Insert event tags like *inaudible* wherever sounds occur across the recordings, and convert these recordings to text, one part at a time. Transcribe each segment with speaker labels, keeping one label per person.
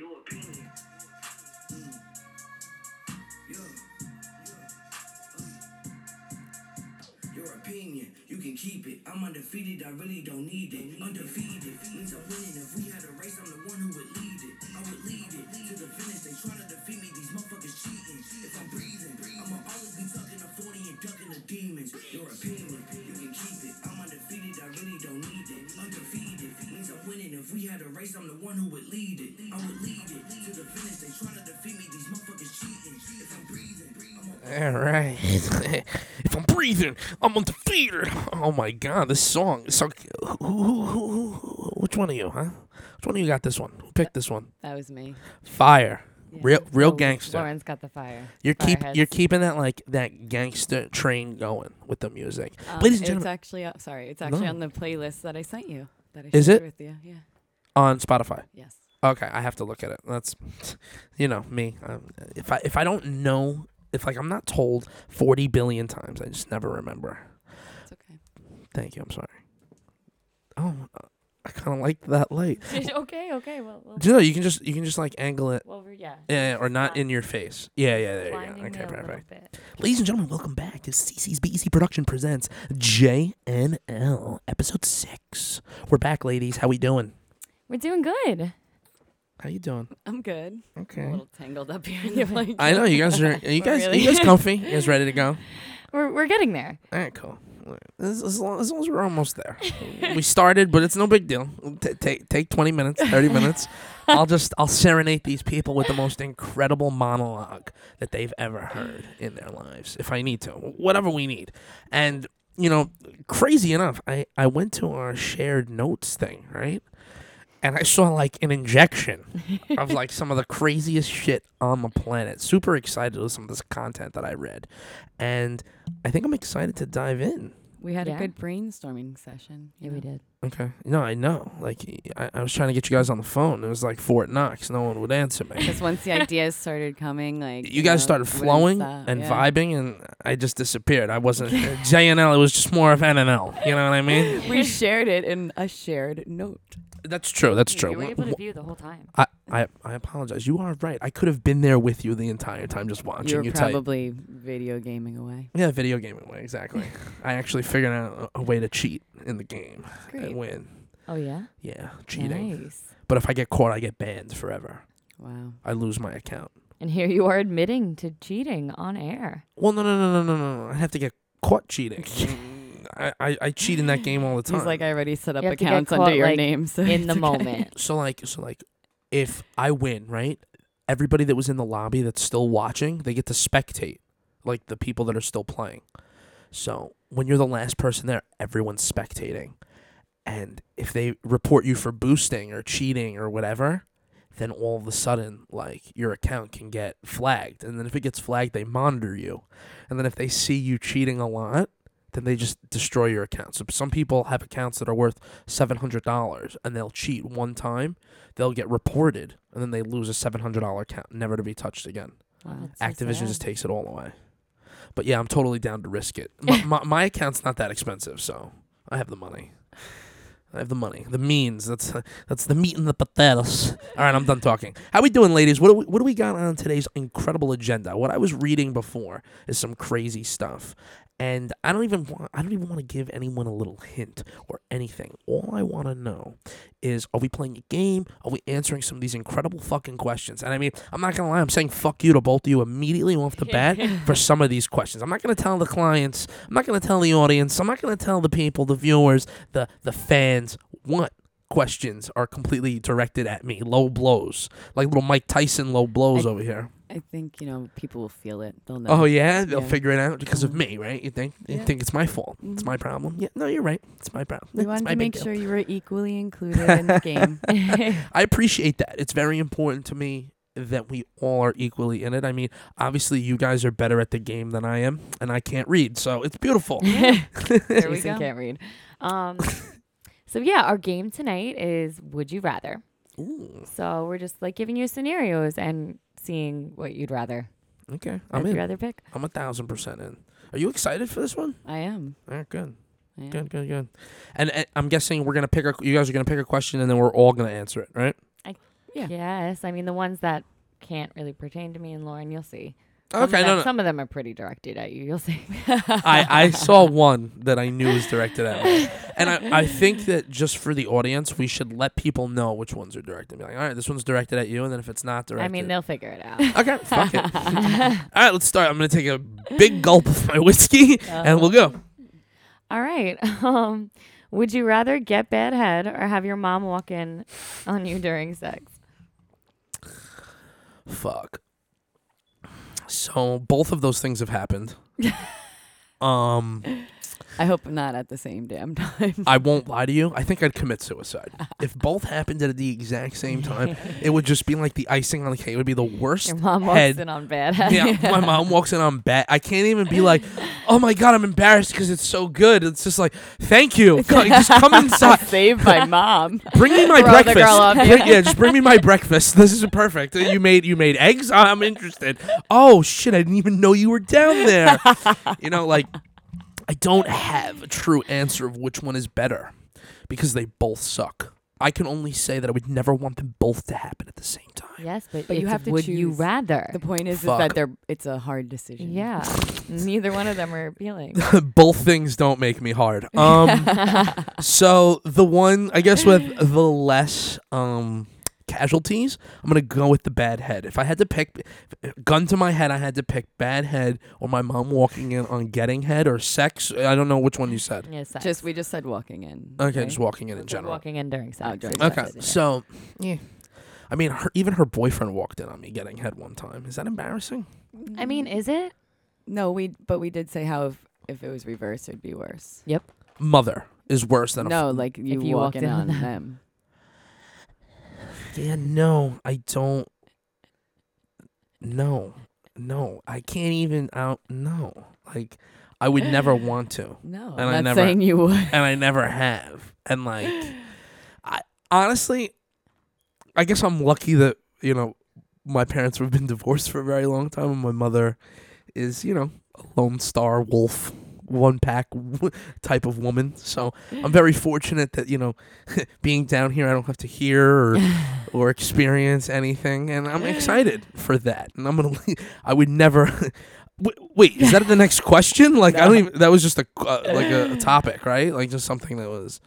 Speaker 1: Mm. can keep it. I'm undefeated, I really don't need it. Undefeated means I'm winning. If we had a race, I'm the one who would lead it. I would lead it to the finish. They tryna defeat me, these motherfuckers cheating. If I'm breathing, I'ma always be tucking a 40 and ducking the demons. Your opinion, you can keep it. I'm undefeated, I really don't need it. Undefeated means I'm winning. If we had a race, I'm the one who would lead it. I would lead it to the finish. They tryna defeat me, these motherfuckers cheating. If I'm breathing, I'ma
Speaker 2: All right. *laughs* if I'm breathing, I'm undefeated. Oh my god, this song. So, who, who, who, who, who- which one of you, huh? Which one of you got this one? Who picked this one?
Speaker 3: That was me.
Speaker 2: Fire.
Speaker 3: Yeah.
Speaker 2: Real, real
Speaker 3: Oh,
Speaker 2: gangster.
Speaker 3: Lauren's got the fire.
Speaker 2: You're keep
Speaker 3: Fireheads.
Speaker 2: you're keeping that like that gangster train going with the music,
Speaker 3: Um,
Speaker 2: ladies and
Speaker 3: it's
Speaker 2: gentlemen,
Speaker 3: actually uh, sorry. It's actually
Speaker 2: No.
Speaker 3: on the playlist that I sent you. That I
Speaker 2: Is
Speaker 3: shared
Speaker 2: it?
Speaker 3: with you? Yeah.
Speaker 2: on Spotify.
Speaker 3: Yes.
Speaker 2: Okay, I have to look at it. That's, you know, me. Um, if I if I don't know, if like I'm not told forty billion times, I just never remember.
Speaker 3: It's
Speaker 4: *laughs*
Speaker 3: okay.
Speaker 2: Thank you. I'm sorry. Oh, I kind of liked that light.
Speaker 3: okay. Okay. Well. well,
Speaker 2: You know, you can just you can just like angle it,
Speaker 3: well we're, yeah.
Speaker 2: yeah, or not
Speaker 3: Fine.
Speaker 2: in your face. Yeah, yeah. There you
Speaker 3: blinding
Speaker 2: go. Okay,
Speaker 3: me a little
Speaker 2: perfect.
Speaker 3: bit.
Speaker 2: Ladies and gentlemen, welcome back to CC's BEC E Production presents JNL episode six. We're back, ladies. How we doing?
Speaker 4: We're doing good.
Speaker 2: How you doing?
Speaker 3: I'm good. I'm a
Speaker 2: Okay.
Speaker 3: little tangled up here
Speaker 4: *laughs*
Speaker 3: in the blanket.
Speaker 2: I know you guys
Speaker 3: *laughs*
Speaker 2: are. Are you
Speaker 3: But
Speaker 2: guys? Are
Speaker 3: really-
Speaker 2: you guys comfy? You
Speaker 3: *laughs*
Speaker 2: guys ready to go?
Speaker 4: We're, we're getting there.
Speaker 2: All right, cool. As, as, long, as long as we're almost there, we started, but it's no big deal. T- take take twenty minutes, *laughs* thirty minutes. I'll just I'll serenade these people with the most incredible monologue that they've ever heard in their lives, if I need to, whatever we need. And you know, crazy enough, I I went to our shared notes thing, right? And I saw like an injection of *laughs* like some of the craziest shit on the planet. Super excited with some of this content that I read, and I think I'm excited to dive in.
Speaker 3: We had a
Speaker 4: Yeah.
Speaker 3: good brainstorming session. you know.
Speaker 2: *laughs*
Speaker 4: did.
Speaker 2: Okay. No, I know. Like, I, I was trying to get you guys on the phone. It was like Fort Knox. No one would answer me.
Speaker 3: *laughs*
Speaker 4: *laughs*
Speaker 3: Because once the ideas started coming, like
Speaker 2: You guys
Speaker 3: know,
Speaker 2: started
Speaker 3: wouldn't
Speaker 2: flowing
Speaker 3: stop,
Speaker 2: and
Speaker 3: yeah.
Speaker 2: vibing, and I just disappeared. I wasn't
Speaker 4: *laughs*
Speaker 2: uh, JNL. It was just more of NNL. You know what I mean?
Speaker 3: *laughs* We shared it in a shared note.
Speaker 2: That's true. That's
Speaker 4: You
Speaker 2: true.
Speaker 4: were able to
Speaker 2: W-
Speaker 4: view the whole time.
Speaker 2: I, I, I apologize. You are right. I could have been there with you the entire time, just watching you,
Speaker 3: You're
Speaker 2: type.
Speaker 3: probably video gaming away.
Speaker 2: Yeah, video game away.
Speaker 4: *laughs*
Speaker 2: Exactly. I actually figured out a, a way to cheat in the game and win.
Speaker 4: Oh, yeah?
Speaker 2: Yeah, cheating.
Speaker 3: Nice.
Speaker 2: But if I get caught, I get banned forever.
Speaker 3: Wow.
Speaker 2: I lose my account.
Speaker 4: And here you are admitting to cheating on air.
Speaker 2: Well, no, no, no, no, no, no. I have to get caught
Speaker 3: *laughs*
Speaker 2: cheating. I, I, I cheat in that game all the time.
Speaker 3: He's like, I already set up
Speaker 4: You have to get
Speaker 3: accounts under
Speaker 4: caught,
Speaker 3: your
Speaker 4: like,
Speaker 3: name. So
Speaker 4: In
Speaker 2: *laughs*
Speaker 3: it's
Speaker 4: the
Speaker 3: okay.
Speaker 4: moment.
Speaker 2: so like, so like, if I win, right? Everybody that was in the lobby that's still watching, they get to spectate, like the people that are still playing. So when you're the last person there, everyone's spectating, and if they report you for boosting or cheating or whatever, then all of a sudden, like your account can get flagged, and then if it gets flagged, they monitor you, and then if they see you cheating a lot. Then they just destroy your account. So some people have accounts that are worth seven hundred dollars, and they'll cheat one time. They'll get reported, and then they lose a seven hundred dollar account, never to be touched again.
Speaker 3: Wow.
Speaker 4: So
Speaker 2: Activision
Speaker 4: sad.
Speaker 2: just
Speaker 4: *laughs*
Speaker 2: takes it all away. But yeah, I'm totally down to risk it. My, my, my account's not that expensive, so I have the money. I have the money, the means. That's that's the meat and the potatoes. All right, I'm done talking. How we doing, ladies? What do we, what do we got on today's incredible agenda? What I was reading before is some crazy stuff, and I don't even want I don't even want to give anyone a little hint or anything. All I want to know is are we playing a game? Are we answering some of these incredible fucking questions? And I mean, I'm not gonna lie, I'm saying fuck you to both of you immediately off
Speaker 3: *laughs*
Speaker 2: the bat for some of these questions. I'm not gonna tell the clients, I'm not gonna tell the audience, I'm not gonna tell the people, the viewers, the the fans what questions are completely directed at me. Low blows. Like little Mike Tyson low blows
Speaker 3: I-
Speaker 2: over here.
Speaker 3: I think, you know, people will feel it. They'll know.
Speaker 2: Oh yeah, they'll
Speaker 3: Yeah.
Speaker 2: figure it out because of
Speaker 3: Mhm.
Speaker 2: me, right? You think you
Speaker 3: Yeah.
Speaker 2: think it's my fault. It's
Speaker 3: Mhm.
Speaker 2: my problem. Yeah, no, you're right. It's my problem.
Speaker 3: We
Speaker 2: It's
Speaker 3: wanted
Speaker 2: my
Speaker 3: to
Speaker 2: big
Speaker 3: make
Speaker 2: deal.
Speaker 3: sure you were equally included in the game.
Speaker 2: *laughs*
Speaker 3: *laughs*
Speaker 2: I appreciate that. It's very important to me that we all are equally in it. I mean, obviously you guys are better at the game than I am, and I can't read, so it's
Speaker 3: *laughs*
Speaker 2: beautiful.
Speaker 4: there we
Speaker 3: Jason
Speaker 4: go.
Speaker 3: can't read.
Speaker 2: *laughs*
Speaker 4: Um, so, yeah, our game tonight is Would You Rather?
Speaker 2: Ooh,
Speaker 4: So, we're just like giving you scenarios and seeing what you'd rather.
Speaker 2: okay. I'm
Speaker 4: what you'd
Speaker 2: in.
Speaker 4: rather pick.
Speaker 2: I'm a thousand percent in. Are you excited for this one?
Speaker 3: I am.
Speaker 2: All right, good,
Speaker 3: I am.
Speaker 2: good, good, good. And, and I'm guessing we're gonna pick. A, you guys are gonna pick a question, and then we're all gonna answer it, right?
Speaker 3: Yeah.
Speaker 4: Yes. I mean, the ones that can't really pertain to me and Lauren, you'll see.
Speaker 3: Oh,
Speaker 4: Some of
Speaker 2: Okay,
Speaker 4: them-
Speaker 2: no, no.
Speaker 4: Some of them are pretty directed at you. You'll see. *laughs*
Speaker 2: I, I saw one that I knew was directed at me. And I, I think that just for the audience, we should let people know which ones are directed. Be like, all right, this one's directed at you. And then if it's not directed.
Speaker 4: I mean, they'll figure it out.
Speaker 2: *laughs* Okay, fuck it. all right, let's start. I'm going to take a big gulp of my whiskey
Speaker 4: Uh-huh.
Speaker 2: and we'll go.
Speaker 4: *laughs* All right. *laughs* Um, would you rather get bad head or have your mom walk in on you during sex? *laughs*
Speaker 2: Fuck. So both of those things have
Speaker 4: *laughs*
Speaker 2: happened. um,
Speaker 3: I hope not at the same
Speaker 2: *laughs*
Speaker 3: damn time.
Speaker 2: I won't lie to you. I think I'd commit suicide if both happened at the exact same time. It would just be like the icing on the cake. It would be the worst.
Speaker 4: Your mom walks
Speaker 2: Head.
Speaker 4: in on bad head.
Speaker 2: Yeah, my mom walks in on bat. I can't even be like, "Oh my god, I'm embarrassed because it's so good." It's just like, "Thank
Speaker 4: *laughs*
Speaker 2: you, Co- just
Speaker 3: *laughs*
Speaker 2: come inside, *laughs*
Speaker 3: Saved by mom.
Speaker 2: bring me my
Speaker 4: Throw the
Speaker 2: breakfast."
Speaker 4: girl off you.
Speaker 2: Bring- yeah, just bring me my breakfast. *laughs* This is perfect. You made you made eggs. I'm interested. Oh shit, I didn't even know you were down there. You know, like I don't have a true answer of which one is better because they both suck. I can only say that I would never want them both to happen at the same time.
Speaker 4: *laughs* Yes, but,
Speaker 3: But you
Speaker 4: it's
Speaker 3: have to
Speaker 4: would you
Speaker 3: choose
Speaker 4: rather?
Speaker 3: The point is, is
Speaker 2: Fuck.
Speaker 3: that they're it's a hard decision.
Speaker 4: yeah. *laughs* Neither one of them are *laughs* appealing.
Speaker 2: *laughs* both things don't make me *laughs* hard. Um so the one I guess with the less um casualties, I'm going to go with the bad head. If I had to pick gun to my head, I had to pick bad head or my mom walking in on getting head or sex. I don't know which one you said.
Speaker 4: Yeah, sex.
Speaker 3: Just we just said walking in.
Speaker 2: Okay, just walking in in
Speaker 4: Like
Speaker 2: general.
Speaker 4: Walking in during sex.
Speaker 3: Oh, during
Speaker 4: is
Speaker 3: sex.
Speaker 2: Okay,
Speaker 4: what it is.
Speaker 2: so yeah, I mean, her, even her boyfriend walked in on me getting head one time. Is that embarrassing?
Speaker 4: I mean, is it?
Speaker 3: no, we but we did say how if, if it was reversed, it'd be worse.
Speaker 2: Mother is worse than
Speaker 3: No, like you,
Speaker 4: you
Speaker 3: walk
Speaker 4: walked
Speaker 3: in
Speaker 4: in
Speaker 3: on
Speaker 4: on
Speaker 3: them.
Speaker 2: a. F- yeah, no, I don't. No, no, I can't even out. No, like I would never want to,
Speaker 3: No,
Speaker 2: And
Speaker 3: I'm
Speaker 2: I
Speaker 3: not
Speaker 2: never-
Speaker 3: saying you would.
Speaker 2: and I never have, and like, I honestly, I guess I'm lucky that you know my parents have been *laughs* divorced for a very long time, and my mother is you know a lone star wolf, one pack w- type of woman. So I'm very fortunate that you know *laughs* being down here, I don't have to hear or or experience anything, and I'm excited for that. And I'm gonna, *laughs* le- I would never. *laughs* W- Wait, is that the next question? Like I don't even. That was just a qu- uh, like a, a topic, right? Like just something that was.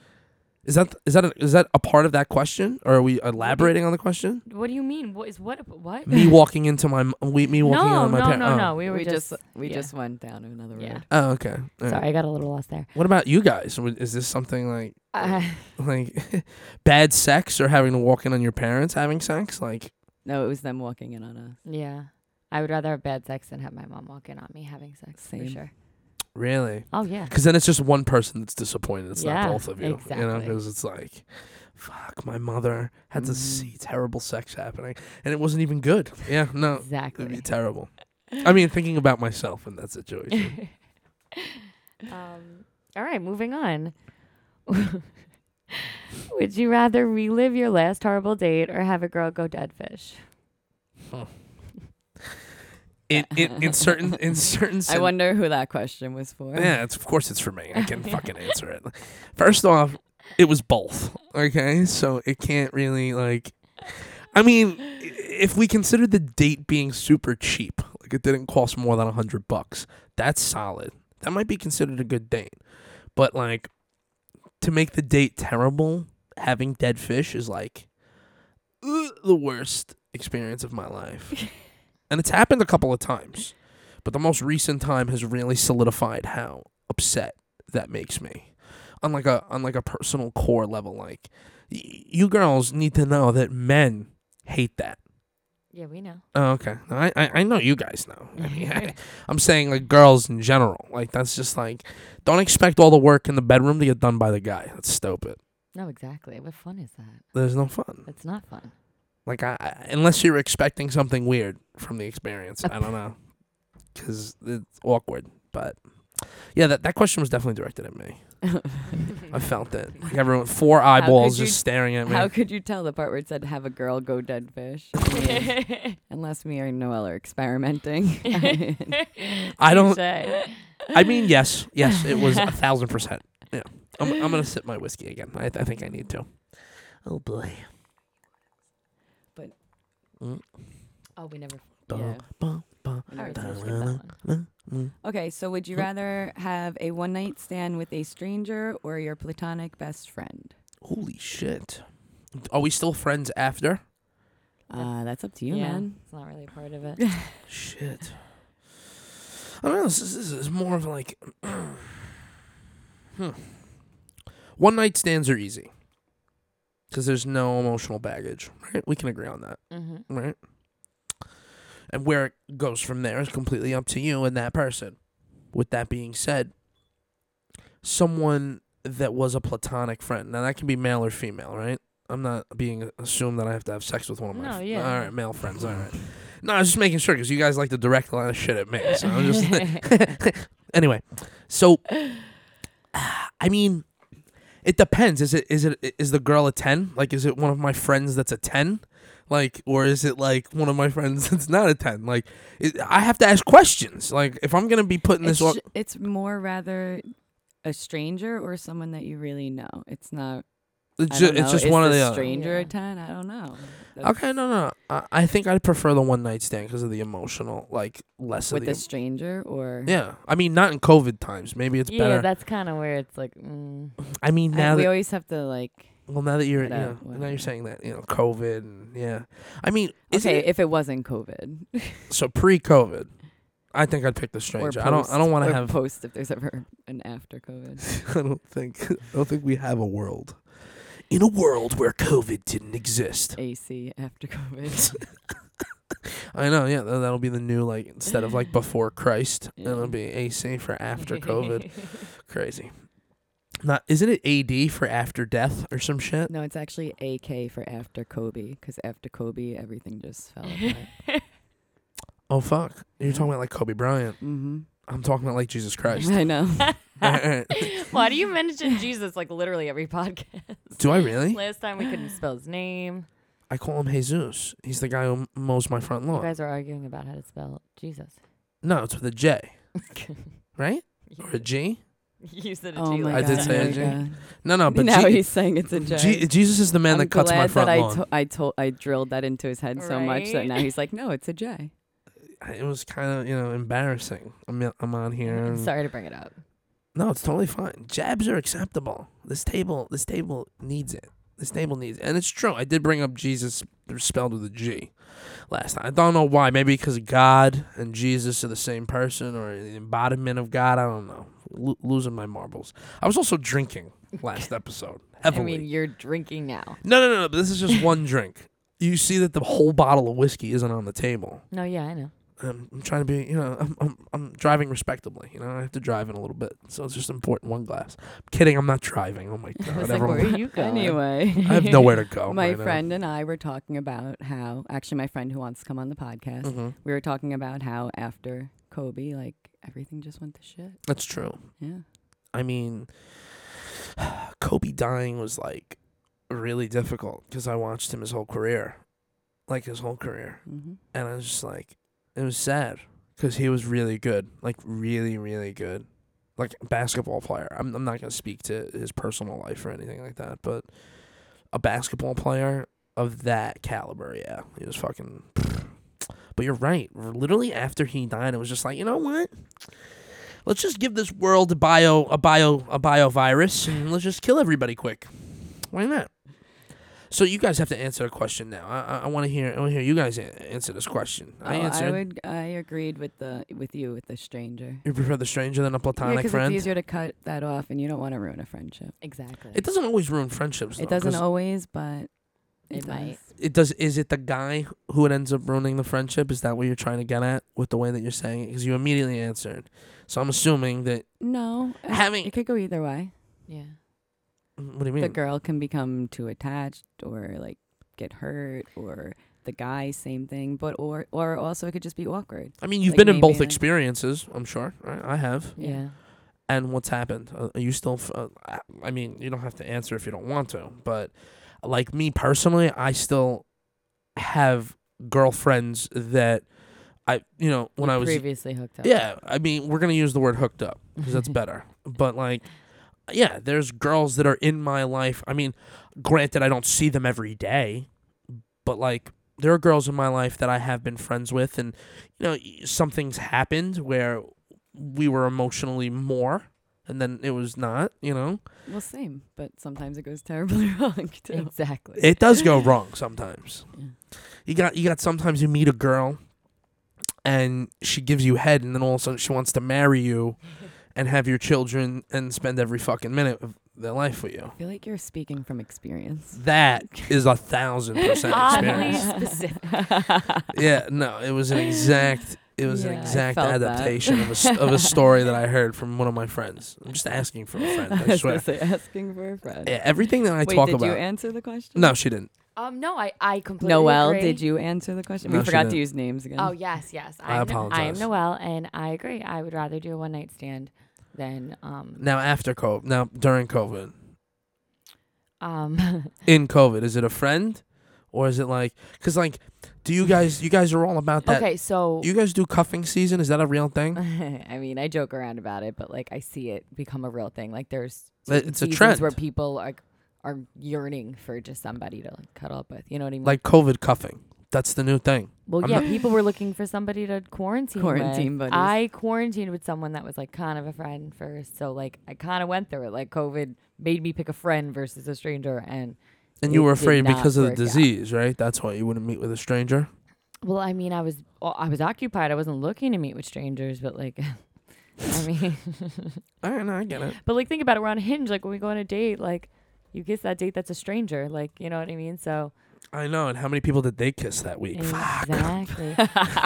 Speaker 2: Is that is that a, is that a part of that question, or are we elaborating on the question?
Speaker 4: What do you mean? What is what? What? *laughs*
Speaker 2: Me walking into my m- we, me walking
Speaker 4: no,
Speaker 2: on my
Speaker 4: no,
Speaker 2: parents.
Speaker 4: no,
Speaker 2: oh.
Speaker 4: no. We were
Speaker 3: We
Speaker 4: just.
Speaker 3: just we
Speaker 4: yeah.
Speaker 3: just went down another
Speaker 4: Yeah.
Speaker 3: road.
Speaker 2: Oh, okay. All right.
Speaker 4: Sorry, I got a little lost there.
Speaker 2: What about you guys? Would- Is this something like
Speaker 4: Uh,
Speaker 2: like *laughs* bad sex or having to walk in on your parents having sex? Like
Speaker 3: No, it was them walking in on us.
Speaker 4: yeah. I would rather have bad sex than have my mom walk in on me having sex.
Speaker 3: Same.
Speaker 4: For sure.
Speaker 2: really?
Speaker 4: Oh
Speaker 2: *laughs*
Speaker 4: yeah.
Speaker 2: Because then it's just one person that's disappointed. It's
Speaker 4: Yeah,
Speaker 2: not both of you. You know,
Speaker 4: exactly. Mm.
Speaker 2: because it's like, fuck, my mother had to
Speaker 3: Mhm.
Speaker 2: see terrible sex happening, and it wasn't even good. Yeah, no, it'd be
Speaker 4: Exactly.
Speaker 2: terrible. I mean, thinking about myself in that
Speaker 4: *laughs*
Speaker 2: situation.
Speaker 4: um, all right, moving on. *laughs* Would you rather relive your last horrible date or have a girl go dead fish?
Speaker 2: in, in in certain in certain.
Speaker 3: I
Speaker 2: sen-
Speaker 3: wonder who that question was for.
Speaker 2: Yeah, it's, of course it's for
Speaker 4: *laughs*
Speaker 2: me. I can fucking answer it. First off, it was both. Okay, so it can't really like. I mean, i- if we consider the date being super cheap, like it didn't cost more than a hundred bucks, that's solid. That might be considered a good date. But like, to make the date terrible, having dead fish is like ugh, the worst experience of my life, and it's happened a couple of times. But the most recent time has really solidified how upset that makes me. On like a on like a personal core level, like y- you girls need to know that men hate that.
Speaker 4: Yeah, we
Speaker 2: *laughs*
Speaker 4: know.
Speaker 2: Oh, okay. No, I, I I know you guys know. I mean, *laughs*
Speaker 4: *laughs*
Speaker 2: I, am saying like girls in general. Like that's just like don't expect all the work in the bedroom to get done by the guy. That's stupid.
Speaker 4: No, exactly. What fun is that?
Speaker 2: There's no fun.
Speaker 4: That's not
Speaker 2: *laughs*
Speaker 4: fun.
Speaker 2: Like I, I unless you're expecting something weird from the experience. I don't *laughs* know, because it's awkward. But yeah, that that question was definitely directed at me. I
Speaker 4: *laughs*
Speaker 2: felt it. Like everyone, four eyeballs
Speaker 3: you-
Speaker 2: just staring at me.
Speaker 3: How could you tell the part where it said have a girl go dead fish? I *laughs* mean,
Speaker 4: *laughs*
Speaker 3: Unless me or Noel are *laughs* experimenting.
Speaker 2: I don't.
Speaker 4: Touche.
Speaker 2: I mean, yes, yes, it was a thousand percent. Yeah, I'm, I'm gonna sip my whiskey again. I, I think I need to. Oh boy.
Speaker 3: But-
Speaker 2: Mm,
Speaker 4: Oh, we never.
Speaker 2: bum,
Speaker 4: *laughs*
Speaker 3: Yeah.
Speaker 2: bum, bum.
Speaker 3: All right, so we'll
Speaker 4: Let's skip
Speaker 3: skip
Speaker 4: that
Speaker 3: that
Speaker 4: one.
Speaker 3: one. Okay, so would you rather have a one night stand with a stranger or your platonic best friend?
Speaker 2: Holy shit. Are we still friends after?
Speaker 3: Uh, that's up to you,
Speaker 4: Yeah,
Speaker 3: man.
Speaker 4: It's not really a part *laughs* of it.
Speaker 2: Shit. I don't know. This is, this is more of like. *clears throat* hmm. One night stands are easy. Because there's no emotional baggage, right? We can agree on that,
Speaker 4: mm-hmm.
Speaker 2: right? And where it goes from there is completely up to you and that person. With that being said, someone that was a platonic friend, now that can be male or female, right? I'm not being assumed that I have to have sex with one of my
Speaker 4: No,
Speaker 2: f-
Speaker 4: yeah.
Speaker 2: all right, male friends, all right. No, I was just making sure because you guys like to direct a lot of shit at me. So I'm just
Speaker 4: *laughs*
Speaker 2: *laughs* anyway. So *sighs* I mean, it depends. Is it is it is the girl a ten? Like, is it one of my friends that's a ten? Like, or is it like one of my friends *laughs* that's not a ten? Like, it, I have to ask questions. Like, if I'm gonna be putting
Speaker 3: It's,
Speaker 2: this, all-
Speaker 3: ju- it's more rather a stranger or someone that you really know. It's not.
Speaker 2: it's,
Speaker 3: I
Speaker 2: ju-
Speaker 3: don't
Speaker 2: it's
Speaker 3: know,
Speaker 2: just
Speaker 3: is
Speaker 2: one or
Speaker 3: the
Speaker 2: the other.
Speaker 3: stranger
Speaker 4: Yeah.
Speaker 3: a ten. I don't know. That's-
Speaker 2: Okay, no, no. I, I think I'd prefer the one night stand because of the emotional, like less
Speaker 3: With
Speaker 2: of the.
Speaker 3: a stranger or
Speaker 2: yeah, I mean, not in COVID times. Maybe it's
Speaker 4: Yeah,
Speaker 2: better.
Speaker 4: that's kind of where it's like, mm,
Speaker 2: I mean,
Speaker 3: I-
Speaker 2: now that
Speaker 3: we always have to like.
Speaker 2: Well, now that you're, you
Speaker 3: But, uh,
Speaker 2: know, now you're
Speaker 3: whatever.
Speaker 2: saying that, you know, COVID and yeah, I mean, isn't
Speaker 3: Okay,
Speaker 2: it-
Speaker 3: if it wasn't COVID *laughs*
Speaker 2: so pre-COVID, I think I'd pick the
Speaker 3: or
Speaker 2: stranger. I don't, I don't
Speaker 3: post-
Speaker 2: want
Speaker 3: or
Speaker 2: to have.
Speaker 3: post if there's ever an after
Speaker 2: *laughs*
Speaker 3: COVID.
Speaker 2: I don't think, I don't think we have a world. In a world where COVID didn't
Speaker 3: *laughs*
Speaker 2: exist, *laughs*
Speaker 3: AC after COVID.
Speaker 2: I know. Yeah, tha- that'll be the new like instead of like before Christ,
Speaker 3: Yeah.
Speaker 2: it'll be AC for
Speaker 3: *laughs*
Speaker 2: after COVID.
Speaker 4: *laughs*
Speaker 2: *laughs* Crazy. Not isn't it AD for after death or some shit?
Speaker 3: No, it's actually AK for after Kobe, because after Kobe, everything
Speaker 2: *laughs*
Speaker 3: just fell apart.
Speaker 2: Oh fuck! You're talking about like Kobe Bryant.
Speaker 3: mm-hmm.
Speaker 2: I'm talking about like Jesus
Speaker 3: *laughs*
Speaker 2: Christ.
Speaker 3: I know.
Speaker 2: All right.
Speaker 4: Why do you mention Jesus like literally
Speaker 2: *laughs*
Speaker 4: every podcast?
Speaker 2: Do I really?
Speaker 4: Last time we couldn't spell his name.
Speaker 2: I call him Jesus. He's the guy who m- mows my front
Speaker 4: You
Speaker 2: lawn.
Speaker 4: guys are arguing about how to spell Jesus. *laughs*
Speaker 2: no, it's with a J, right? Or a G?
Speaker 4: you said a G.
Speaker 3: Oh my
Speaker 2: I
Speaker 4: last
Speaker 2: did
Speaker 3: God,
Speaker 2: say
Speaker 3: there
Speaker 2: a
Speaker 3: we
Speaker 2: G.
Speaker 3: go.
Speaker 2: No, no, but
Speaker 3: *laughs* now
Speaker 2: G-
Speaker 3: he's saying it's a joke.
Speaker 2: G- Jesus is the man
Speaker 3: I'm
Speaker 2: that cuts my
Speaker 3: glad
Speaker 2: front
Speaker 3: that
Speaker 2: lawn.
Speaker 3: I, to- I told I drilled that into his head so much that
Speaker 4: Right?
Speaker 3: now he's like, no, it's a J.
Speaker 2: it was kind of you know embarrassing. I'm y- I'm on here.
Speaker 4: time.
Speaker 2: and-
Speaker 4: Sorry to bring it up.
Speaker 2: No, it's totally fine. Jabs are acceptable. This table, this table needs it. This table needs it, and it's true. I did bring up Jesus spelled with a G last time. I don't know why. Maybe because God and Jesus are the same person, or the embodiment of God. I don't know. Lo- losing my marbles. I was also drinking last episode
Speaker 4: I
Speaker 2: heavily.
Speaker 4: mean, you're drinking now.
Speaker 2: no, no, no, no. But this is just one *laughs* drink. You see that the whole bottle of whiskey isn't on the table.
Speaker 4: No, yeah, I know.
Speaker 2: I'm, I'm trying to be, you know, I'm, I'm, I'm driving respectably. You know, I have to drive in a little bit, so it's just important. One glass. I'm kidding. I'm not driving. Oh my
Speaker 4: I
Speaker 2: *laughs* god.
Speaker 4: was like, where
Speaker 2: everyone-
Speaker 4: are you going?
Speaker 3: Anyway,
Speaker 2: *laughs* I
Speaker 3: *laughs*
Speaker 2: have nowhere to go.
Speaker 3: my
Speaker 2: right now.
Speaker 3: friend and I were talking about how actually my friend who wants to come on the podcast,
Speaker 2: Mhm.
Speaker 3: we were talking about how after Kobe, like everything just went to shit.
Speaker 2: That's true.
Speaker 3: Yeah.
Speaker 2: I mean, *sighs* Kobe dying was like really difficult because I watched him his whole career, like his whole career,
Speaker 3: Mm-hmm.
Speaker 2: and I was just like, it was sad because he was really good, like really, really good, like basketball player. I'm, I'm not gonna speak to his personal life or anything like that, but a basketball player of that caliber, yeah, he was fucking. *sniffs* But you're right. Literally after he died, it was just like, you know what? Let's just give this world a bio, a bio, a bio virus, and let's just kill everybody quick. Why not? So you guys have to answer the question now. I, I, I want to hear. I want to hear you guys a- answer this question. I
Speaker 3: Oh,
Speaker 2: answered.
Speaker 3: I would. I agreed with the with you with the stranger.
Speaker 2: You prefer the stranger than a
Speaker 3: Yeah,
Speaker 2: platonic
Speaker 3: 'cause
Speaker 2: friend?
Speaker 3: it's easier to cut that off, and you don't want to ruin a friendship.
Speaker 4: Exactly.
Speaker 2: It doesn't always ruin friendships. Though,
Speaker 3: It doesn't
Speaker 2: 'cause
Speaker 3: always, but
Speaker 4: It
Speaker 3: it
Speaker 4: might.
Speaker 3: does.
Speaker 2: it does. Is it the guy who it ends up ruining the friendship? Is that what you're trying to get at with the way that you're saying it? Because you immediately answered. So I'm assuming
Speaker 3: *laughs*
Speaker 2: that.
Speaker 3: No, uh,
Speaker 2: Having-
Speaker 3: it could go either way.
Speaker 4: yeah.
Speaker 2: What do you mean?
Speaker 3: The girl can become too attached, or like get hurt, or the guy same thing. But or or also it could just be awkward.
Speaker 2: I mean, you've
Speaker 3: like,
Speaker 2: been in
Speaker 3: maybe,
Speaker 2: both
Speaker 3: like-
Speaker 2: experiences. I'm sure. I, I have.
Speaker 3: Yeah.
Speaker 4: Yeah.
Speaker 2: And what's happened? Uh, are you still? F- uh, I- I mean, you don't have to answer if you don't want to. But like me personally, I still have girlfriends that I, you know, when I was
Speaker 4: previously hooked up.
Speaker 2: Yeah, I mean, we're gonna use the word hooked up because
Speaker 4: *laughs*
Speaker 2: that's better. but like, yeah, there's girls that are in my life. I mean, granted, I don't see them every day, but like, there are girls in my life that I have been friends with, and you know, y- something's happened where we were emotionally more, and then it was not. You know,
Speaker 3: Well, same, but sometimes it goes terribly *laughs* wrong too.
Speaker 4: Exactly.
Speaker 2: it does
Speaker 3: *laughs*
Speaker 2: go wrong sometimes.
Speaker 3: Yeah.
Speaker 2: You got you got sometimes you meet a girl, and she gives you head, and then all of a sudden she wants to marry
Speaker 3: *laughs*
Speaker 2: you, and have your children, and spend every fucking minute of their life with you.
Speaker 3: I feel like you're speaking from experience.
Speaker 2: That is a
Speaker 3: *laughs*
Speaker 2: thousand percent
Speaker 4: Oddly
Speaker 2: experience.
Speaker 4: specific.
Speaker 2: yeah, no, it was an exact. It was an
Speaker 3: Yeah, I
Speaker 2: exact
Speaker 3: felt that.
Speaker 2: adaptation of a, s- of a story that I heard from one of my friends. I'm just asking for a
Speaker 3: *laughs*
Speaker 2: friend.
Speaker 3: I
Speaker 2: I
Speaker 3: was
Speaker 2: swear.
Speaker 3: gonna say asking for a friend.
Speaker 2: Yeah, everything that I
Speaker 3: Wait,
Speaker 2: talk
Speaker 3: did you
Speaker 2: about.
Speaker 3: answer the question?
Speaker 2: no, she didn't.
Speaker 4: Um, no, I, I completely
Speaker 3: Noelle,
Speaker 4: agree.
Speaker 3: did you answer the question?
Speaker 2: No,
Speaker 3: we
Speaker 2: she
Speaker 3: forgot to
Speaker 2: didn't.
Speaker 3: use names again. *laughs*
Speaker 4: Oh yes, yes.
Speaker 2: I
Speaker 4: I'm, I am
Speaker 2: apologize.
Speaker 4: Noelle, and I agree. I would rather do a one night stand than um
Speaker 2: Now after COVID. Now during COVID.
Speaker 4: um.
Speaker 2: In COVID, is it a friend, or is it like? Cause like, do you guys? You guys are all about that.
Speaker 4: okay, Uh-huh. so
Speaker 2: You guys do cuffing season. Is that a real thing?
Speaker 4: *laughs* I mean, I joke around about it, but like I see it become a real thing. Like there's
Speaker 2: But
Speaker 4: certain
Speaker 2: it's a
Speaker 4: seasons
Speaker 2: trend.
Speaker 4: where people are are yearning for just somebody to like cuddle up with. You know what I mean?
Speaker 2: Like COVID cuffing. That's the new thing.
Speaker 4: well,
Speaker 2: I'm
Speaker 4: yeah,
Speaker 2: not-
Speaker 4: people were looking for somebody to quarantine.
Speaker 3: Quarantine
Speaker 4: with.
Speaker 3: buddies.
Speaker 4: I quarantined with someone that was like kind of a friend first, so like I kind of went through it. Like COVID made me pick a friend versus a stranger, and
Speaker 2: And you
Speaker 4: It
Speaker 2: were
Speaker 4: did
Speaker 2: afraid
Speaker 4: not
Speaker 2: because of the
Speaker 4: work out.
Speaker 2: disease, right? That's why you wouldn't meet with a stranger.
Speaker 4: well, I mean, I was I was occupied. I wasn't looking to meet with strangers, but like. *laughs* I mean, *laughs*
Speaker 2: I know. I get it.
Speaker 4: But like think about it, we're on Hinge. Like when we go on a date, like you kiss that date that's a stranger. Like you know what I mean. So
Speaker 2: I know. And how many people did they kiss that week? *laughs*
Speaker 4: exactly.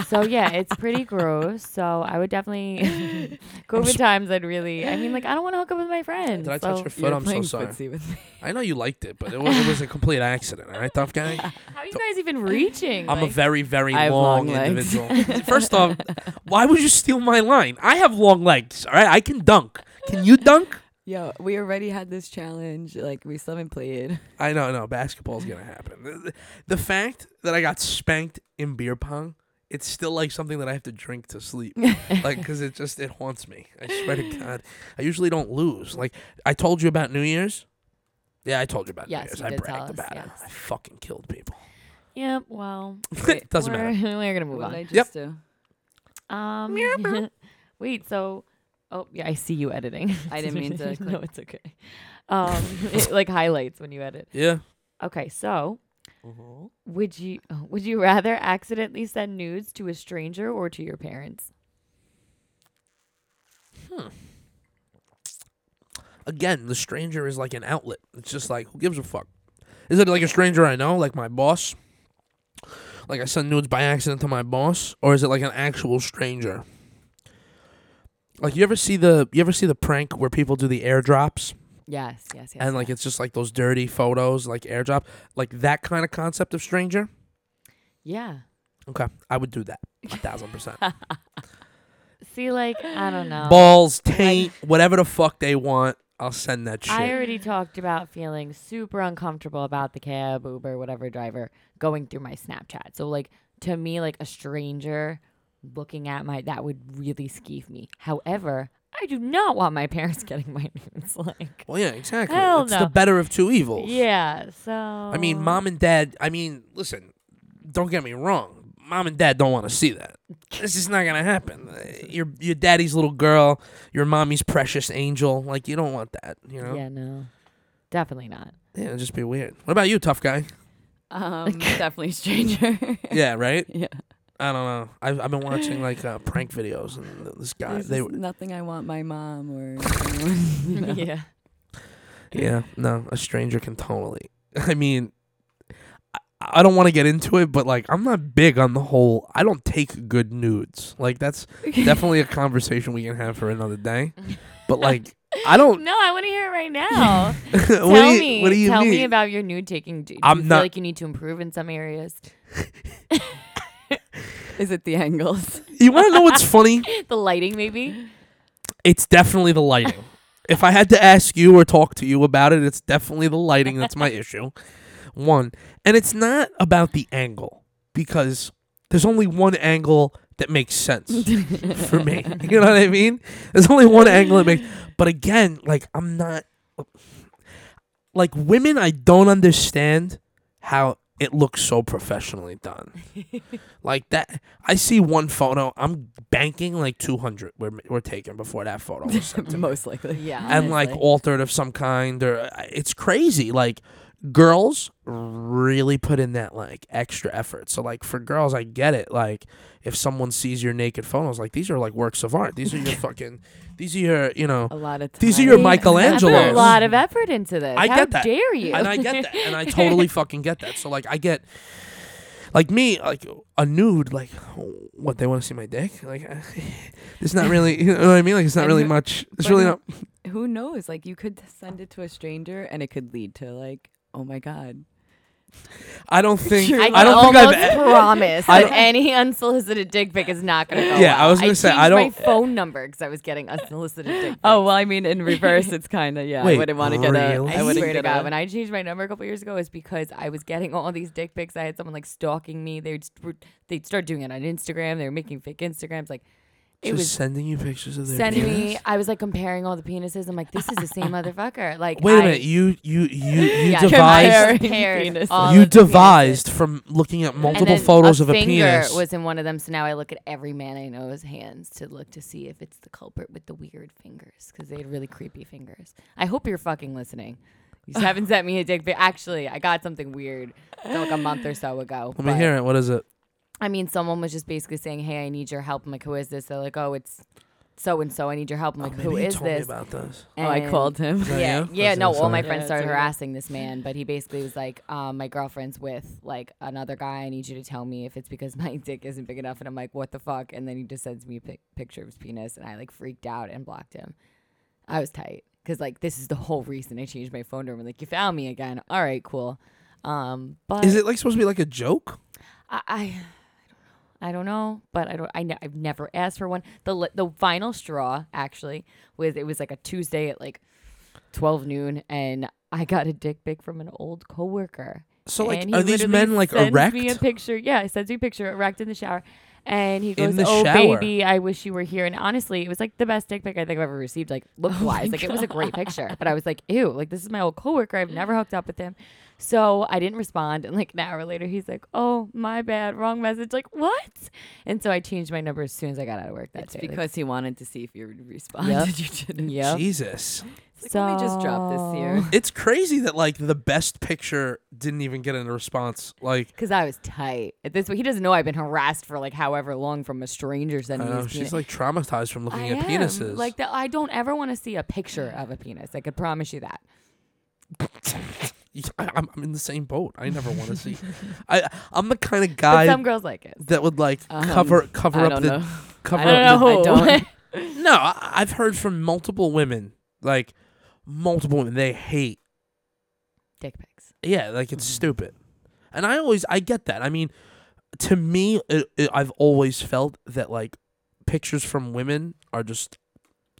Speaker 4: so yeah, it's pretty gross. So I
Speaker 2: *laughs*
Speaker 4: would definitely *laughs* COVID times. I'd really. I mean, like I don't want to hook up with my friends.
Speaker 2: Did I touch
Speaker 4: so-
Speaker 2: your foot?
Speaker 3: You're
Speaker 2: I'm so
Speaker 3: playing
Speaker 2: sorry.
Speaker 3: footsie with me.
Speaker 2: I know you liked it, but it was, it
Speaker 4: *laughs*
Speaker 2: was a complete accident. All right, tough guy.
Speaker 4: How are you guys even reaching?
Speaker 2: I'm a
Speaker 4: Like,
Speaker 2: very, very
Speaker 3: I have
Speaker 2: long,
Speaker 3: long legs.
Speaker 4: *laughs*
Speaker 2: individual. First off, why would you steal my line? I have long legs. All right, I can dunk. Can you dunk?
Speaker 3: Yo, we already had this challenge. Like we still haven't played.
Speaker 2: I know, no. Basketball's gonna happen. The- The fact that I got spanked in beer pong, it's still like something that I have to drink to
Speaker 4: *laughs*
Speaker 2: sleep, like because it just it haunts me. I swear to God, I usually don't lose. Like I told you about New Year's. Yeah, I told you about
Speaker 4: Yes,
Speaker 2: New Year's.
Speaker 4: you
Speaker 2: I
Speaker 4: did tell
Speaker 2: bragged
Speaker 4: us,
Speaker 2: about it.
Speaker 4: yes.
Speaker 2: I fucking killed people. *laughs*
Speaker 4: yeah. Well,
Speaker 2: it doesn't
Speaker 4: we're,
Speaker 2: matter.
Speaker 4: *laughs* We're gonna move
Speaker 3: What did I
Speaker 4: on.
Speaker 3: just *laughs* do?
Speaker 4: Um, *laughs* wait. So. Oh yeah, I see you editing.
Speaker 3: I didn't mean to
Speaker 4: *laughs* no,
Speaker 3: click.
Speaker 4: it's okay. Um, *laughs* it, like highlights when you edit.
Speaker 2: Yeah.
Speaker 4: Okay, so
Speaker 2: Mm-hmm.
Speaker 4: would you *laughs* oh, would you rather accidentally send nudes to a stranger or to your parents?
Speaker 2: Again, the stranger is like an outlet. It's just like who gives a fuck? Is it like a stranger I know, like my boss? Like I send nudes by accident to my boss, or is it like an actual stranger? Like you ever see the you ever see the prank where people do the airdrops
Speaker 4: Yes, yes, yes.
Speaker 2: and like it's just like those dirty photos, like airdrop, like that kind of concept of stranger?
Speaker 4: yeah.
Speaker 2: Okay, I would do that a thousand percent.
Speaker 4: *laughs* See, like I don't know.
Speaker 2: Balls, taint, whatever the fuck they want, I'll send that shit.
Speaker 4: I already talked about feeling super uncomfortable about the cab, Uber, whatever driver going through my Snapchat. So like to me, like a stranger looking at my that would really skeeve me. However, I do not want my *laughs* parents getting my nudes. *laughs* Like
Speaker 2: well, yeah, exactly.
Speaker 4: Hell
Speaker 2: it's
Speaker 4: no.
Speaker 2: the better of two evils.
Speaker 4: yeah, so I
Speaker 2: I mean, mom and dad. I mean, listen, don't get me wrong. Mom and dad don't want to see that. This is not gonna happen. Uh, Your your daddy's little girl, your mommy's precious angel. Like you don't want that. You know. Yeah.
Speaker 4: Yeah, no, definitely not.
Speaker 2: it'd just be weird. What about you, tough guy?
Speaker 3: Um, definitely stranger.
Speaker 2: *laughs* Yeah. Right.
Speaker 3: yeah.
Speaker 2: I don't know. I've I've been watching like uh, prank videos and th- this guy.
Speaker 3: There's
Speaker 2: They.
Speaker 3: just nothing I want my mom or *laughs* anyone, *laughs* you know.
Speaker 4: *laughs* yeah.
Speaker 2: Yeah. No, a stranger can totally. *laughs* I mean. I- I don't want to get into it, but like I'm not big on the whole. I don't take good nudes. Like that's
Speaker 4: *laughs*
Speaker 2: definitely a conversation we can have for another day. *laughs* But like, I don't.
Speaker 4: No, I want to hear it right now.
Speaker 2: *laughs* what
Speaker 4: tell
Speaker 2: do you,
Speaker 4: me.
Speaker 2: What do you
Speaker 4: tell
Speaker 2: mean?
Speaker 4: me about your nude taking. Do, do
Speaker 2: I'm
Speaker 4: you
Speaker 2: not-
Speaker 4: feel like you need to improve in some areas? *laughs*
Speaker 3: Is it the angles?
Speaker 2: you want to know
Speaker 4: *laughs*
Speaker 2: what's funny?
Speaker 4: the lighting, maybe.
Speaker 2: It's definitely the lighting. if I had to ask you or talk to you about it, it's definitely the lighting that's
Speaker 4: *laughs*
Speaker 2: my issue. One, and it's not about the angle because there's only one angle that makes sense for me. *laughs* You know what I mean? There's only one angle that makes. But again, like I'm not like women. I don't understand how it looks so professionally done. like that, I see one photo. I'm banking like 200 were were taken before that photo was
Speaker 3: *laughs*
Speaker 2: sent to me,
Speaker 3: *laughs* most likely.
Speaker 4: Yeah.
Speaker 2: and like
Speaker 4: honestly.
Speaker 2: altered of some kind. Or uh, it's crazy. Like girls really put in that like extra effort. So like for girls, I get it. Like if someone sees your naked photos, like these are like works of art. These are
Speaker 4: *laughs*
Speaker 2: your fucking. These are your you know.
Speaker 3: A lot of times.
Speaker 2: These are your
Speaker 4: They
Speaker 2: mic-
Speaker 4: have put
Speaker 2: Michelangelos.
Speaker 4: A lot of effort into this.
Speaker 2: I
Speaker 4: How
Speaker 2: get that.
Speaker 4: dare you?
Speaker 2: And I get that.
Speaker 4: *laughs*
Speaker 2: And I totally fucking get that. So like I get like me, like a nude, like what they want to see my dick. Like uh, *laughs* it's
Speaker 4: *laughs*
Speaker 2: not really, you know what I mean? Like it's not
Speaker 3: And
Speaker 2: really
Speaker 3: who-
Speaker 2: much. It's
Speaker 3: but
Speaker 2: really
Speaker 3: who-
Speaker 2: not.
Speaker 3: *laughs* Who knows? Like you could send it to a stranger and it could lead to like, oh my god.
Speaker 2: I
Speaker 4: *laughs*
Speaker 2: don't think.
Speaker 3: You're
Speaker 4: I,
Speaker 3: like-
Speaker 2: I don't think I've. e,
Speaker 4: almost
Speaker 2: *laughs*
Speaker 4: promise
Speaker 2: I-
Speaker 4: that any unsolicited dick pic is not going to go.
Speaker 2: Yeah, I
Speaker 4: well.
Speaker 2: was gonna say, I
Speaker 4: changed
Speaker 2: don't-
Speaker 4: my phone number because I was getting unsolicited dick. Pics.
Speaker 3: Oh well, I mean, in reverse, it's kind of yeah.
Speaker 2: Wait,
Speaker 3: I wouldn't want to get a.
Speaker 2: really?
Speaker 4: I,
Speaker 3: I wouldn't
Speaker 4: swear to
Speaker 3: get
Speaker 4: God,
Speaker 3: a,
Speaker 4: when I changed my number a couple years ago, it's because I was getting all these dick pics. I had someone like stalking me. They'd st- they'd start doing it on Instagram. They were making fake Instagrams. Like it
Speaker 2: Just
Speaker 4: was
Speaker 2: sending you pictures of their
Speaker 4: sending me.
Speaker 2: penis?
Speaker 4: I was like comparing all the penises. I'm like, this is the same
Speaker 2: *laughs*
Speaker 4: motherfucker. Like
Speaker 2: Wait a
Speaker 4: I-
Speaker 2: minute. You you you you
Speaker 4: *laughs* Yeah,
Speaker 2: devised.
Speaker 3: comparing
Speaker 2: *laughs*
Speaker 3: penises.
Speaker 4: compared all
Speaker 2: You
Speaker 4: of the penises.
Speaker 2: devised from looking at
Speaker 4: And
Speaker 2: multiple
Speaker 4: then
Speaker 2: photos
Speaker 4: a
Speaker 2: of a
Speaker 4: finger
Speaker 2: penis.
Speaker 4: was in one of them. So now I look at every man I know's hands to look to see if it's the culprit with the weird fingers because they had really creepy fingers. I hope you're fucking listening. You
Speaker 2: *laughs*
Speaker 4: just haven't sent me a dick pic. Actually, I got something weird like a month or so ago.
Speaker 2: Let me
Speaker 4: but-
Speaker 2: hear it. What is it?
Speaker 4: I mean, someone was just basically saying, "Hey, I need your help." I'm like, "Who is this?" They're like, "Oh, it's so and so. I need your help." I'm like,
Speaker 2: Oh, Maybe
Speaker 4: "Who
Speaker 2: he
Speaker 4: is
Speaker 2: told me
Speaker 4: this?"
Speaker 2: about this.
Speaker 3: oh, I
Speaker 4: And-
Speaker 3: called *laughs* him.
Speaker 4: *laughs*
Speaker 2: that
Speaker 4: yeah,
Speaker 2: you?
Speaker 4: yeah.
Speaker 2: That's
Speaker 4: No,
Speaker 2: it,
Speaker 4: all my
Speaker 2: sorry.
Speaker 4: friends
Speaker 3: Yeah,
Speaker 4: started
Speaker 3: it's okay.
Speaker 4: harassing this man, but he basically was like, um, "My girlfriend's with like another guy. I need you to tell me if it's because *laughs* my dick isn't big enough." And I'm like, "What the fuck?" And then he just sends me a pic- picture of his penis, and I like freaked out and blocked him. I was tight because like this is the whole reason I changed my phone number. Like, you found me again. All right, cool. Um, but
Speaker 2: Is it like supposed to be like a joke?
Speaker 4: I, I I *sighs* don't know, but I don't. I ne- I've never asked for one. The li- the final straw actually was it was like a Tuesday at like twelve noon, and I got a dick pic from an old coworker.
Speaker 2: So like,
Speaker 4: And he
Speaker 2: are these
Speaker 4: literally
Speaker 2: men like
Speaker 4: sends
Speaker 2: erect?
Speaker 4: Me a picture, yeah, he sends me a picture erect in the shower, and he goes,
Speaker 2: the
Speaker 4: "Oh
Speaker 2: shower."
Speaker 4: baby, I wish you were here." And honestly, it was like the best dick pic I think I've ever
Speaker 2: *laughs*
Speaker 4: received. Like
Speaker 2: Oh
Speaker 4: look wise, like it was a great picture, but I was like, "Ew!" Like this is my old coworker. I've never hooked up with him, so I didn't respond. And like an hour later, he's like, "Oh my bad, wrong message." Like what? And so I changed my number as soon as I got out of work that
Speaker 3: It's
Speaker 4: day.
Speaker 3: because he wanted to see if you would respond.
Speaker 4: Yep.
Speaker 3: *laughs* you didn't.
Speaker 4: yeah,
Speaker 2: Jesus.
Speaker 3: Like, let me just drop this *laughs* here.
Speaker 2: It's crazy that like the best picture didn't even get a response. Like
Speaker 4: *laughs* Cause I was tight at this point. He doesn't know I've been harassed for like however long from a stranger
Speaker 2: I
Speaker 4: sending
Speaker 2: don't
Speaker 4: me
Speaker 2: know,
Speaker 4: his
Speaker 2: Oh, she's
Speaker 4: penis.
Speaker 2: like traumatized from looking
Speaker 4: I
Speaker 2: at
Speaker 4: am.
Speaker 2: penises.
Speaker 4: Like that, I don't ever want to see a picture of a penis. I could promise you that.
Speaker 2: Yeah, I- I'm, I'm in the same boat. I never want to
Speaker 4: *laughs*
Speaker 2: see. I I'm the kind of
Speaker 4: But
Speaker 2: guy
Speaker 4: some girls like it.
Speaker 2: that would like
Speaker 3: Um,
Speaker 2: cover cover
Speaker 3: I
Speaker 2: up
Speaker 3: don't
Speaker 2: the
Speaker 3: know.
Speaker 2: cover
Speaker 3: I
Speaker 4: I don't *laughs* know
Speaker 2: up.
Speaker 4: who.
Speaker 3: I
Speaker 2: *laughs*
Speaker 3: don't-
Speaker 2: The, no, I, I've heard from multiple women, like multiple women, they hate
Speaker 4: Dick pics.
Speaker 2: Yeah, like
Speaker 4: Mm-hmm.
Speaker 2: it's stupid. And I always I get that. I mean, to me, it, it, I've always felt that like pictures from women are just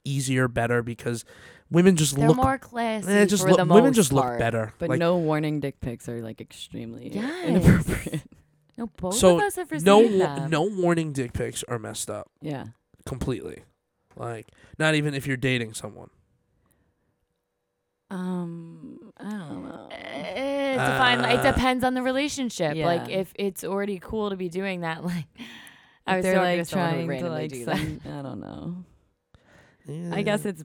Speaker 2: easier, better because women just
Speaker 4: They're
Speaker 2: look
Speaker 4: more classy.
Speaker 2: eh, just
Speaker 4: for
Speaker 2: look
Speaker 4: the
Speaker 2: women
Speaker 4: most
Speaker 2: just look
Speaker 4: part.
Speaker 2: better.
Speaker 3: But
Speaker 2: Like,
Speaker 3: no warning dick pics are like extremely
Speaker 4: Yes.
Speaker 3: inappropriate. *laughs*
Speaker 4: No, both
Speaker 2: So,
Speaker 4: of us have received
Speaker 2: no wa-
Speaker 4: them.
Speaker 2: no warning dick pics are messed up
Speaker 3: Yeah.
Speaker 2: completely. Like not even if you're dating someone.
Speaker 3: Um, I don't know.
Speaker 4: Eh, it's a fine-
Speaker 2: Uh,
Speaker 4: it depends on the relationship. Like
Speaker 3: yeah.
Speaker 4: if it's already cool to be doing that, *laughs* like I was
Speaker 3: they're
Speaker 4: so
Speaker 3: like
Speaker 4: someone who
Speaker 3: trying to
Speaker 4: randomly
Speaker 3: like
Speaker 4: do that.
Speaker 3: send- I don't know. *laughs* I guess
Speaker 2: Eh,
Speaker 3: it's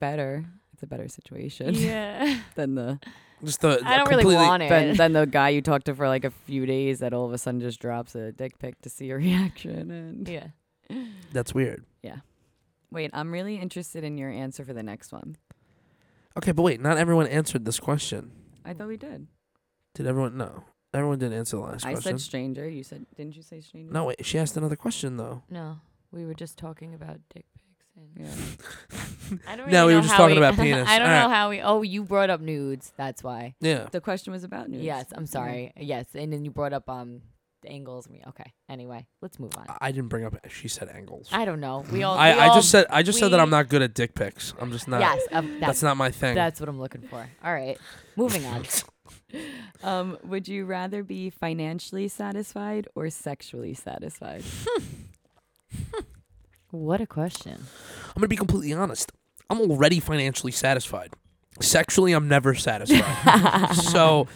Speaker 3: better. It's a better *laughs* situation
Speaker 4: Yeah,
Speaker 3: than the
Speaker 2: just the,
Speaker 4: I don't really
Speaker 2: completely-
Speaker 4: want
Speaker 3: than,
Speaker 4: it.
Speaker 3: than the guy you talked to for like a few days that all of a sudden just drops a dick pic to see your *laughs* reaction. And
Speaker 4: *laughs* Yeah.
Speaker 2: That's weird.
Speaker 3: wait, I'm really interested in your answer for the next one.
Speaker 2: Okay, but wait, not everyone answered this question.
Speaker 3: I thought we did.
Speaker 2: Did everyone? No, everyone didn't answer the last
Speaker 3: I
Speaker 2: question.
Speaker 3: said stranger. You said didn't you say stranger?
Speaker 2: no, wait, she asked another question though.
Speaker 4: No, we were just talking about dick pics. And
Speaker 3: Yeah.
Speaker 4: *laughs* I
Speaker 2: *laughs*
Speaker 4: don't
Speaker 2: No, we
Speaker 4: know
Speaker 2: were just
Speaker 4: how
Speaker 2: talking
Speaker 4: we-
Speaker 2: about penis.
Speaker 4: *laughs* I don't
Speaker 2: All
Speaker 4: know
Speaker 2: right.
Speaker 4: how we. Oh, you brought up nudes. That's why.
Speaker 2: Yeah.
Speaker 3: The question was about news.
Speaker 4: Yes, I'm sorry. Yes, and then you brought up um the angles. We okay. Anyway, let's move on.
Speaker 2: I- I didn't bring up. She said angles. I,
Speaker 4: I don't know. We all. we
Speaker 2: I,
Speaker 4: all-
Speaker 2: just said I just said that I'm
Speaker 4: we-
Speaker 2: not good at dick pics. I'm just not.
Speaker 4: Yes, um, that's
Speaker 2: that's not my thing.
Speaker 4: that's what I'm looking for. All right,
Speaker 2: *laughs*
Speaker 4: moving on.
Speaker 3: Um, would you rather be financially satisfied or sexually satisfied?
Speaker 4: what
Speaker 2: *laughs*
Speaker 4: a question.
Speaker 2: I'm gonna be completely honest. I'm
Speaker 4: *laughs*
Speaker 2: already financially satisfied. Sexually, I'm never satisfied. so,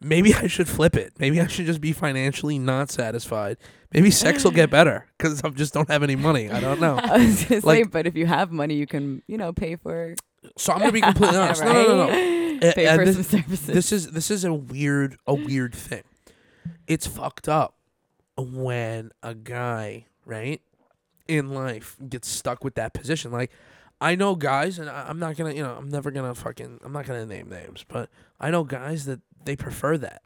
Speaker 2: maybe I should flip it. Maybe I should just be financially not satisfied. Maybe sex will get better because I just don't have any money. I don't know.
Speaker 3: *laughs* I was gonna say,
Speaker 2: Like-
Speaker 3: but if you have money, you can you know pay for
Speaker 2: So I'm gonna be completely honest. No, no, no, no. Uh,
Speaker 3: pay
Speaker 2: uh,
Speaker 3: for
Speaker 2: this,
Speaker 3: some services.
Speaker 2: this is this is a weird a weird thing. It's fucked up when a guy right in life gets stuck with that position. Like I know guys, and I, I'm not gonna you know I'm never gonna fucking I'm not gonna name names, but I know guys that they prefer that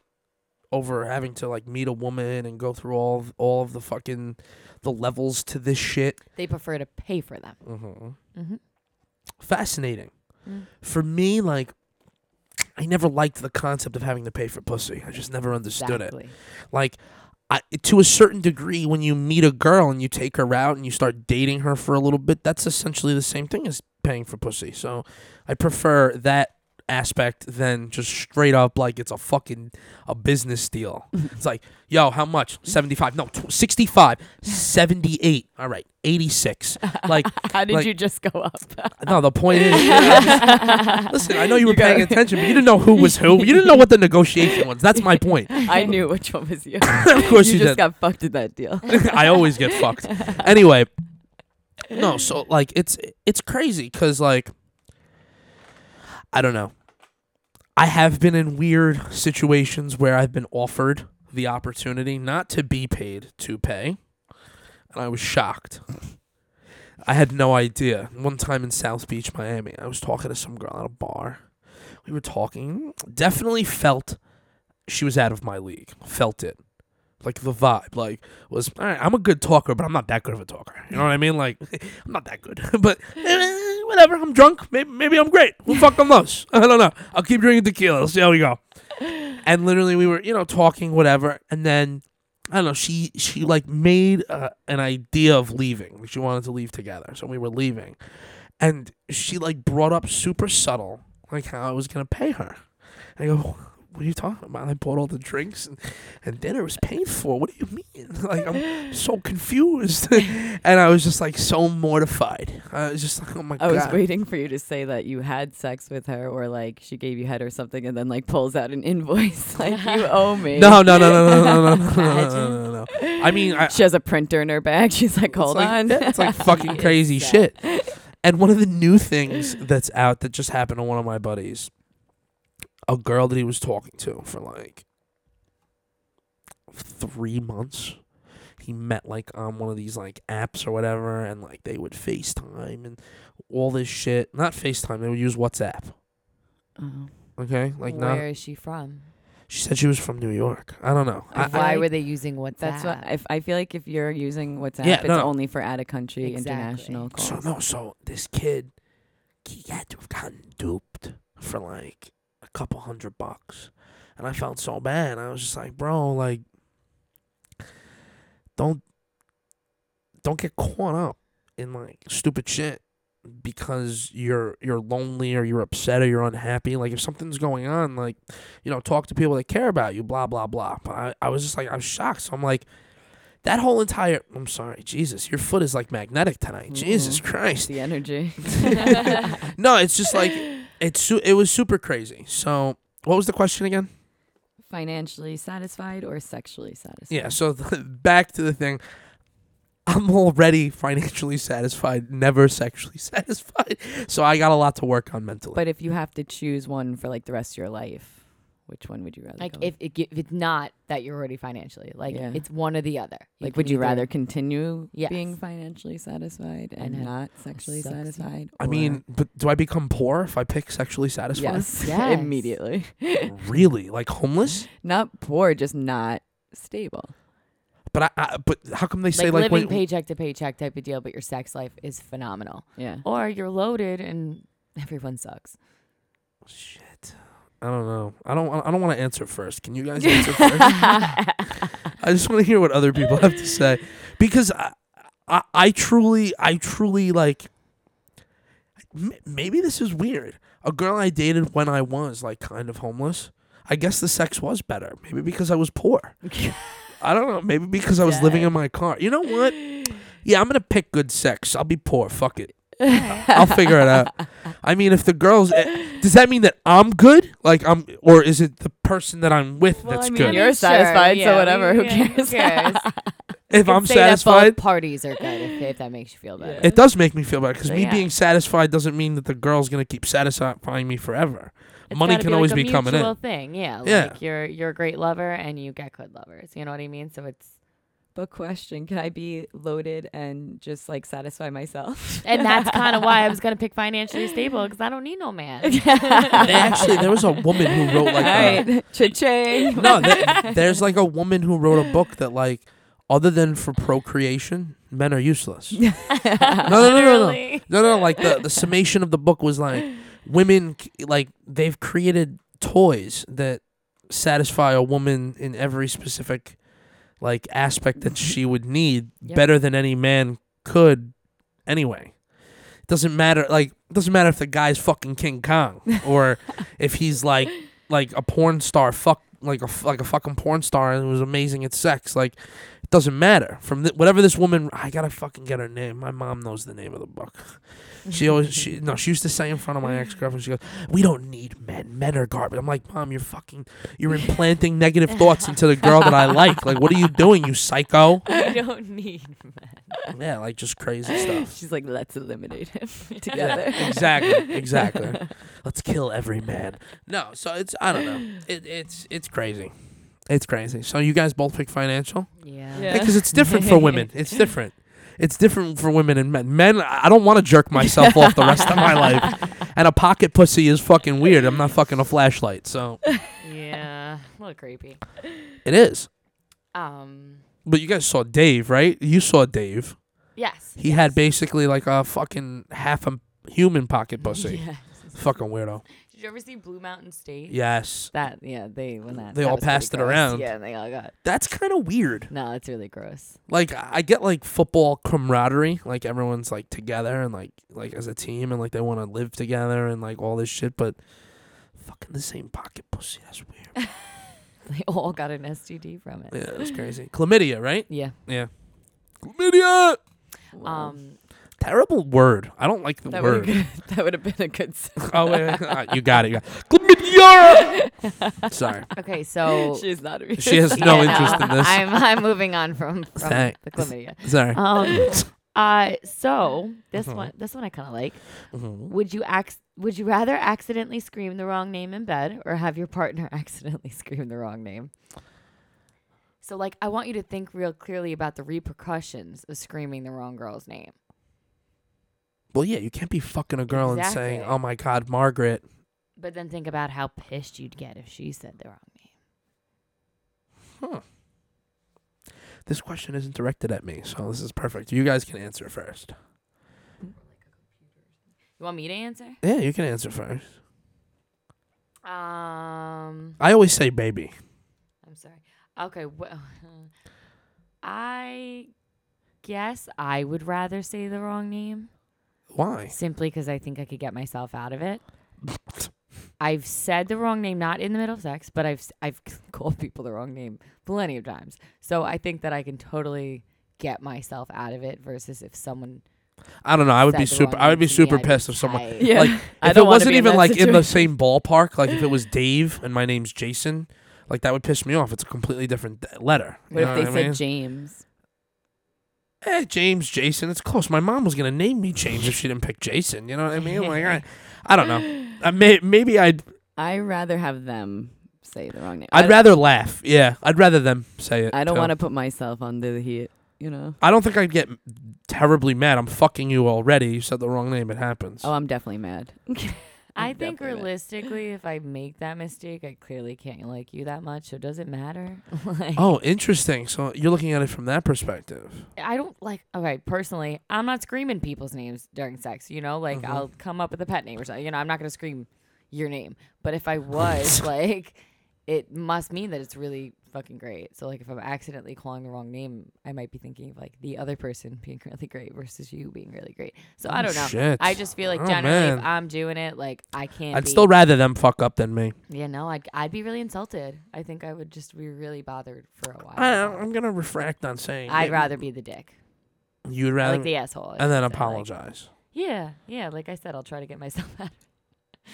Speaker 2: over having to like meet a woman and go through all of, all of the fucking the levels to this shit.
Speaker 4: They prefer to pay for them.
Speaker 2: Mm-hmm
Speaker 4: Mm-hmm.
Speaker 2: fascinating.
Speaker 4: Mm.
Speaker 2: For me, like, I never liked the concept of having to pay for pussy. I just never understood
Speaker 4: exactly.
Speaker 2: it. Like, I, to a certain degree, when you meet a girl and you take her out and you start dating her for a little bit, that's essentially the same thing as paying for pussy. So I prefer that aspect than just straight up like it's a fucking a business
Speaker 4: *laughs*
Speaker 2: deal. it's like, yo, how much? 75. No, tw-
Speaker 4: *laughs*
Speaker 2: 65. 78. All right. 86.
Speaker 3: *laughs*
Speaker 2: Like
Speaker 4: How did
Speaker 2: like-
Speaker 4: you just go up?
Speaker 2: no, the point
Speaker 4: *laughs*
Speaker 2: is, listen. *laughs* I know you were paying attention, but you didn't know who was who. You
Speaker 3: *laughs*
Speaker 2: didn't know what the negotiation was. That's my point. *laughs*
Speaker 3: I knew which one was you.
Speaker 2: of course, you,
Speaker 3: you just
Speaker 2: did.
Speaker 3: got fucked in that deal.
Speaker 2: *laughs* I always get fucked. Anyway, no. So like, it's it's crazy because like, I don't know. I have been in weird situations where I've been offered the opportunity not to be paid to pay, and I was shocked. I had no idea. One time in South Beach, Miami, I was talking to some girl at a bar. We were talking. Definitely felt she was out of my league. Felt it. Like the vibe, like was all right, I'm a good talker, but I'm not that good of a talker. You know what I mean? Like I'm not that good, *laughs* but eh, whatever. I'm drunk. Maybe, maybe I'm great. Who fuck knows? *laughs* I don't know. I'll keep drinking tequila. Let's see how we go. And literally, we were you know talking whatever, and then I don't know. She she like made uh, an idea of leaving. Like, She wanted to leave together, so we were leaving, and she like brought up super subtle like how I was gonna pay her. And I go, what are you talking about? I bought all the drinks and, and dinner was paid for. What do you mean? *laughs* Like I'm so
Speaker 3: *laughs*
Speaker 2: confused, and I was just like so mortified. I was just like, oh my
Speaker 3: I
Speaker 2: god.
Speaker 3: was waiting for you to say that you had sex with her, or like she gave you head or something, and then like pulls out an invoice like you owe me.
Speaker 2: no, no, no, no, no, no, no, no, no, no, no, no.
Speaker 3: *laughs*
Speaker 2: I mean, I,
Speaker 3: She has a printer in her bag. She's like, hold
Speaker 2: like-
Speaker 3: on.
Speaker 2: It's like fucking crazy shit. And one of the new things that's out that just happened to one of my buddies, a girl that he was talking to for like three months. He met like on one of these like apps or whatever, and like they would FaceTime and all this shit. Not FaceTime, they would use WhatsApp.
Speaker 3: Oh.
Speaker 2: Okay, like
Speaker 4: Where
Speaker 2: not.
Speaker 4: is she from?
Speaker 2: She said she was from New York. I don't know. I,
Speaker 3: I-
Speaker 4: Why
Speaker 3: I-
Speaker 4: were they using WhatsApp?
Speaker 3: That's what if I feel like if you're using WhatsApp,
Speaker 2: Yeah,
Speaker 3: it's
Speaker 2: no, no.
Speaker 3: only for out of country
Speaker 4: Exactly.
Speaker 3: international calls.
Speaker 2: So no, so this kid, he had to have gotten duped for like a couple hundred bucks, and I felt so bad. I was just like, bro, like, don't, don't get caught up in like stupid shit because you're you're lonely or you're upset or you're unhappy. Like if something's going on, like, you know, talk to people that care about you. Blah blah blah. But I, I was just like, I was shocked. So I'm like. That whole entire, I'm sorry, Jesus, your foot is like magnetic tonight. Jesus
Speaker 3: Mhm.
Speaker 2: Christ
Speaker 3: It's the energy.
Speaker 2: no, it's just like it's su- it was super crazy. So what was the question again?
Speaker 3: Financially satisfied or sexually satisfied?
Speaker 2: Yeah, so *laughs* the, back to the thing. I'm already financially satisfied, never sexually *laughs* satisfied. So I got a lot to work on mentally.
Speaker 3: But if you have to choose one for like the rest of your life, which one would you rather?
Speaker 4: like
Speaker 3: go
Speaker 4: if,
Speaker 3: with?
Speaker 4: it, if it's not that you're already financially like
Speaker 3: Yeah.
Speaker 4: it's one or the other.
Speaker 3: like,
Speaker 4: can
Speaker 3: would you
Speaker 4: either-
Speaker 3: rather continue
Speaker 4: Yes.
Speaker 3: being financially satisfied and,
Speaker 4: have
Speaker 3: not sexually
Speaker 4: sexy-
Speaker 3: satisfied?
Speaker 2: I
Speaker 3: or-
Speaker 2: mean, but do I become poor if I pick sexually satisfied?
Speaker 3: *laughs* yes,
Speaker 4: Yes.
Speaker 3: immediately.
Speaker 4: *laughs*
Speaker 2: Really? Like homeless?
Speaker 3: Not poor, just not stable.
Speaker 2: But I, I but how come they say
Speaker 4: like,
Speaker 2: like,
Speaker 4: living
Speaker 2: when
Speaker 4: paycheck to paycheck type of deal, but your sex life is phenomenal,
Speaker 3: Yeah.
Speaker 4: or you're loaded and *laughs* everyone *laughs* sucks.
Speaker 2: shit. I don't know. I don't I don't want to answer first. Can you
Speaker 4: *laughs*
Speaker 2: guys answer first? I just want to hear what other people have to say because I, I, I truly, I truly like. m- Maybe this is weird. A girl I dated when I was like kind of homeless. I guess the sex was better. Maybe because I was
Speaker 4: *laughs*
Speaker 2: poor. I don't know.
Speaker 4: *laughs*
Speaker 2: Maybe because I was living in my car. You know what? Yeah, I'm gonna pick good sex. I'll be poor. Fuck it. I'll figure it out. I mean, if the girls, eh, does that mean that I'm good? Like I'm, or is it the person that I'm with
Speaker 4: Well,
Speaker 2: that's
Speaker 4: I mean,
Speaker 2: good?
Speaker 4: you're-
Speaker 3: You're satisfied,
Speaker 4: sure,
Speaker 3: so
Speaker 4: yeah,
Speaker 3: whatever.
Speaker 4: we-
Speaker 3: who
Speaker 4: yeah, who
Speaker 2: *laughs*
Speaker 3: cares?
Speaker 4: cares?
Speaker 2: If
Speaker 4: can
Speaker 2: I'm
Speaker 4: say that both
Speaker 2: satisfied,
Speaker 4: parties are good if, if that makes you feel better.
Speaker 2: it does make me feel better because
Speaker 4: So,
Speaker 2: me
Speaker 4: yeah.
Speaker 2: being satisfied doesn't mean that the girl's gonna keep satisfying me
Speaker 4: *laughs*
Speaker 2: forever.
Speaker 4: It's
Speaker 2: Money
Speaker 4: gotta
Speaker 2: can
Speaker 4: like,
Speaker 2: always
Speaker 4: a
Speaker 2: be coming in.
Speaker 4: mutual Thing, yeah.
Speaker 2: Yeah.
Speaker 4: Like you're you're a great lover and you get good lovers. You know what I mean? So it's
Speaker 3: But question: Can I be loaded and just like satisfy *laughs* myself?
Speaker 4: and that's kind of why I was gonna
Speaker 2: *laughs*
Speaker 4: pick financially stable because I don't need no man.
Speaker 2: They actually, there was a woman who wrote like a,
Speaker 3: All right, cha-ching.
Speaker 2: no, th- there's like a woman who wrote a book that like, other than for procreation, men are useless. no, *laughs*
Speaker 3: *laughs*
Speaker 2: no, no, no, no,
Speaker 4: Literally.
Speaker 2: no, no. Like the the summation of the book was like, women c- like they've created toys that satisfy a woman in every specific like aspect that she would need
Speaker 4: Yep.
Speaker 2: better than any man could anyway. Doesn't matter like doesn't matter if the guy's fucking King Kong or if he's like like a porn star fuck like a f- like a fucking porn star and was amazing at sex like it doesn't matter from th- whatever this woman I gotta fucking get her name my mom knows the name of the book she always she no she used to say in front of my ex girlfriend she goes we don't need men men are garbage I'm like mom you're fucking you're implanting negative thoughts into the girl that I like like what are you doing you
Speaker 3: *laughs*
Speaker 2: psycho
Speaker 4: We don't need men.
Speaker 2: yeah like just crazy stuff
Speaker 3: She's like, *laughs* let's eliminate him
Speaker 2: Yeah,
Speaker 3: together.
Speaker 2: *laughs* exactly,
Speaker 3: *laughs*
Speaker 2: exactly. Let's kill every man. No, so it's I don't know. It, it's it's crazy. It's crazy. So you guys both pick financial
Speaker 4: Yeah.
Speaker 3: Yeah.
Speaker 2: because it's different for women.
Speaker 3: *laughs*
Speaker 2: It's different. It's different for women and men. Men, I I don't want to jerk myself off the rest of
Speaker 3: *laughs*
Speaker 2: my life. And a pocket pussy is fucking weird. I'm not fucking a flashlight, so
Speaker 4: Yeah. A little creepy.
Speaker 2: it is.
Speaker 4: Um.
Speaker 2: But you guys saw Dave, right? You saw Dave.
Speaker 4: Yes.
Speaker 2: He had basically like a fucking half a human pocket pussy.
Speaker 4: Yes.
Speaker 2: Fucking weirdo.
Speaker 4: Did you ever see Blue Mountain State?
Speaker 2: Yes.
Speaker 4: That yeah they when that
Speaker 2: They
Speaker 4: that
Speaker 2: all
Speaker 4: was pretty
Speaker 2: passed it
Speaker 4: gross.
Speaker 2: around.
Speaker 4: Yeah, and they all got.
Speaker 2: That's kind of weird.
Speaker 4: No, it's really gross. *laughs*
Speaker 2: like I I get like football camaraderie, like everyone's like together and like like as a team and like they want to live together and like all this shit, but fucking the same pocket pussy, that's weird.
Speaker 4: They all got an STD from it.
Speaker 2: yeah, that's crazy. Chlamydia, right?
Speaker 4: Yeah.
Speaker 2: Yeah. Chlamydia.
Speaker 4: Um.
Speaker 2: Terrible word. I don't like the
Speaker 3: That would
Speaker 2: word.
Speaker 3: that would have been a *laughs* good. s-
Speaker 2: oh wait, wait, ah, you got it. You got Chlamydia. Sorry.
Speaker 4: Okay. So
Speaker 3: She's not.
Speaker 2: *laughs*
Speaker 3: A
Speaker 2: She has no
Speaker 4: Yeah,
Speaker 2: interest in this.
Speaker 4: I'm I'm moving on from,
Speaker 2: *laughs*
Speaker 4: from
Speaker 2: Thanks.
Speaker 4: the chlamydia.
Speaker 2: Sorry.
Speaker 4: Um, uh, so this
Speaker 2: Mhm.
Speaker 4: one this one I kind of like.
Speaker 2: Mhm.
Speaker 4: Would you ac- Would you rather accidentally scream the wrong name in bed, or have your partner *laughs* accidentally scream the wrong name? So like, I want you to think real clearly about the repercussions of screaming the wrong girl's name.
Speaker 2: Well, yeah, you can't be fucking a girl and saying,
Speaker 4: Exactly.
Speaker 2: "Oh my God, Margaret."
Speaker 4: But then think about how pissed you'd get if she said the wrong name.
Speaker 2: This question isn't directed at me, so this is perfect. You guys can answer first.
Speaker 4: You want me to answer?
Speaker 2: Yeah, you can answer first.
Speaker 4: Um,
Speaker 2: I always say baby.
Speaker 4: I'm sorry. Okay, well, *laughs* I guess I would rather say the wrong name
Speaker 2: Why?
Speaker 4: simply because I think I could get myself out
Speaker 2: *laughs*
Speaker 4: of it. I've said the wrong name, not in the middle of sex, but I've s- I've *laughs* called people the wrong name plenty of times. So I think that I can totally get myself out of it. Versus if someone
Speaker 2: I don't know. I would be
Speaker 4: said the
Speaker 2: super.
Speaker 4: wrong
Speaker 2: I would be
Speaker 4: name to me,
Speaker 2: super
Speaker 4: I'd
Speaker 2: pissed if someone. *laughs*
Speaker 3: *laughs*
Speaker 4: tight.
Speaker 3: Yeah.
Speaker 2: Like
Speaker 3: I
Speaker 2: if it
Speaker 3: don't wanna
Speaker 2: wasn't
Speaker 3: be in
Speaker 2: even
Speaker 3: that
Speaker 2: like in the
Speaker 3: situation.
Speaker 2: same ballpark, like if it
Speaker 3: *laughs*
Speaker 2: was Dave and my name's Jason, like that would piss me off. It's a completely different th- letter. You
Speaker 3: What if
Speaker 2: know
Speaker 3: they
Speaker 2: I
Speaker 3: said
Speaker 2: mean?
Speaker 3: James?
Speaker 2: eh, James, Jason? It's close. My mom was gonna name me James if she didn't pick Jason. You know what I mean? Like I, I don't
Speaker 3: *laughs*
Speaker 2: know.
Speaker 3: *gasps*
Speaker 2: I may, maybe I'd.
Speaker 3: I rather have them say the wrong name. I
Speaker 2: I'd
Speaker 3: don't-
Speaker 2: rather laugh. Yeah, I'd rather them say it.
Speaker 3: I don't
Speaker 2: too.
Speaker 3: want to put myself under the heat. You know.
Speaker 2: I don't think I'd get terribly mad. I'm fucking you already. You said the wrong name. It happens.
Speaker 3: Oh, I'm definitely mad.
Speaker 4: *laughs* I
Speaker 3: I'm
Speaker 4: think
Speaker 3: definitely mad.
Speaker 4: realistically, if I make that mistake, I clearly can't like you that much. So does it matter? *laughs* like,
Speaker 2: Oh, interesting. So you're looking at it from that perspective.
Speaker 4: I don't like. Okay, personally, I'm not screaming people's names during sex. You know, like
Speaker 2: Mm-hmm.
Speaker 4: I'll come up with a pet name or something. You know, I'm not gonna scream your name. But if
Speaker 2: *laughs*
Speaker 4: I was, like, it must mean that it's really fucking great. So like, if I'm accidentally calling the wrong name, I might be thinking of like the other person being *laughs* really great versus you being really great. So I
Speaker 2: Oh,
Speaker 4: don't know.
Speaker 2: shit.
Speaker 4: I just feel like
Speaker 2: Oh,
Speaker 4: generally,
Speaker 2: man.
Speaker 4: if I'm doing it, like I can't.
Speaker 2: I'd
Speaker 4: be-
Speaker 2: still rather them fuck up than me.
Speaker 4: Yeah, no, I'd I'd be really insulted. I think I would just be really bothered for a while.
Speaker 2: I, I'm gonna retract on saying.
Speaker 4: I'd
Speaker 2: it.
Speaker 4: rather be the dick,
Speaker 2: You'd rather,
Speaker 4: like the asshole, I
Speaker 2: and then
Speaker 4: should say, like-
Speaker 2: apologize.
Speaker 4: Yeah, yeah. Like I said, I'll try to get myself *laughs* out of it.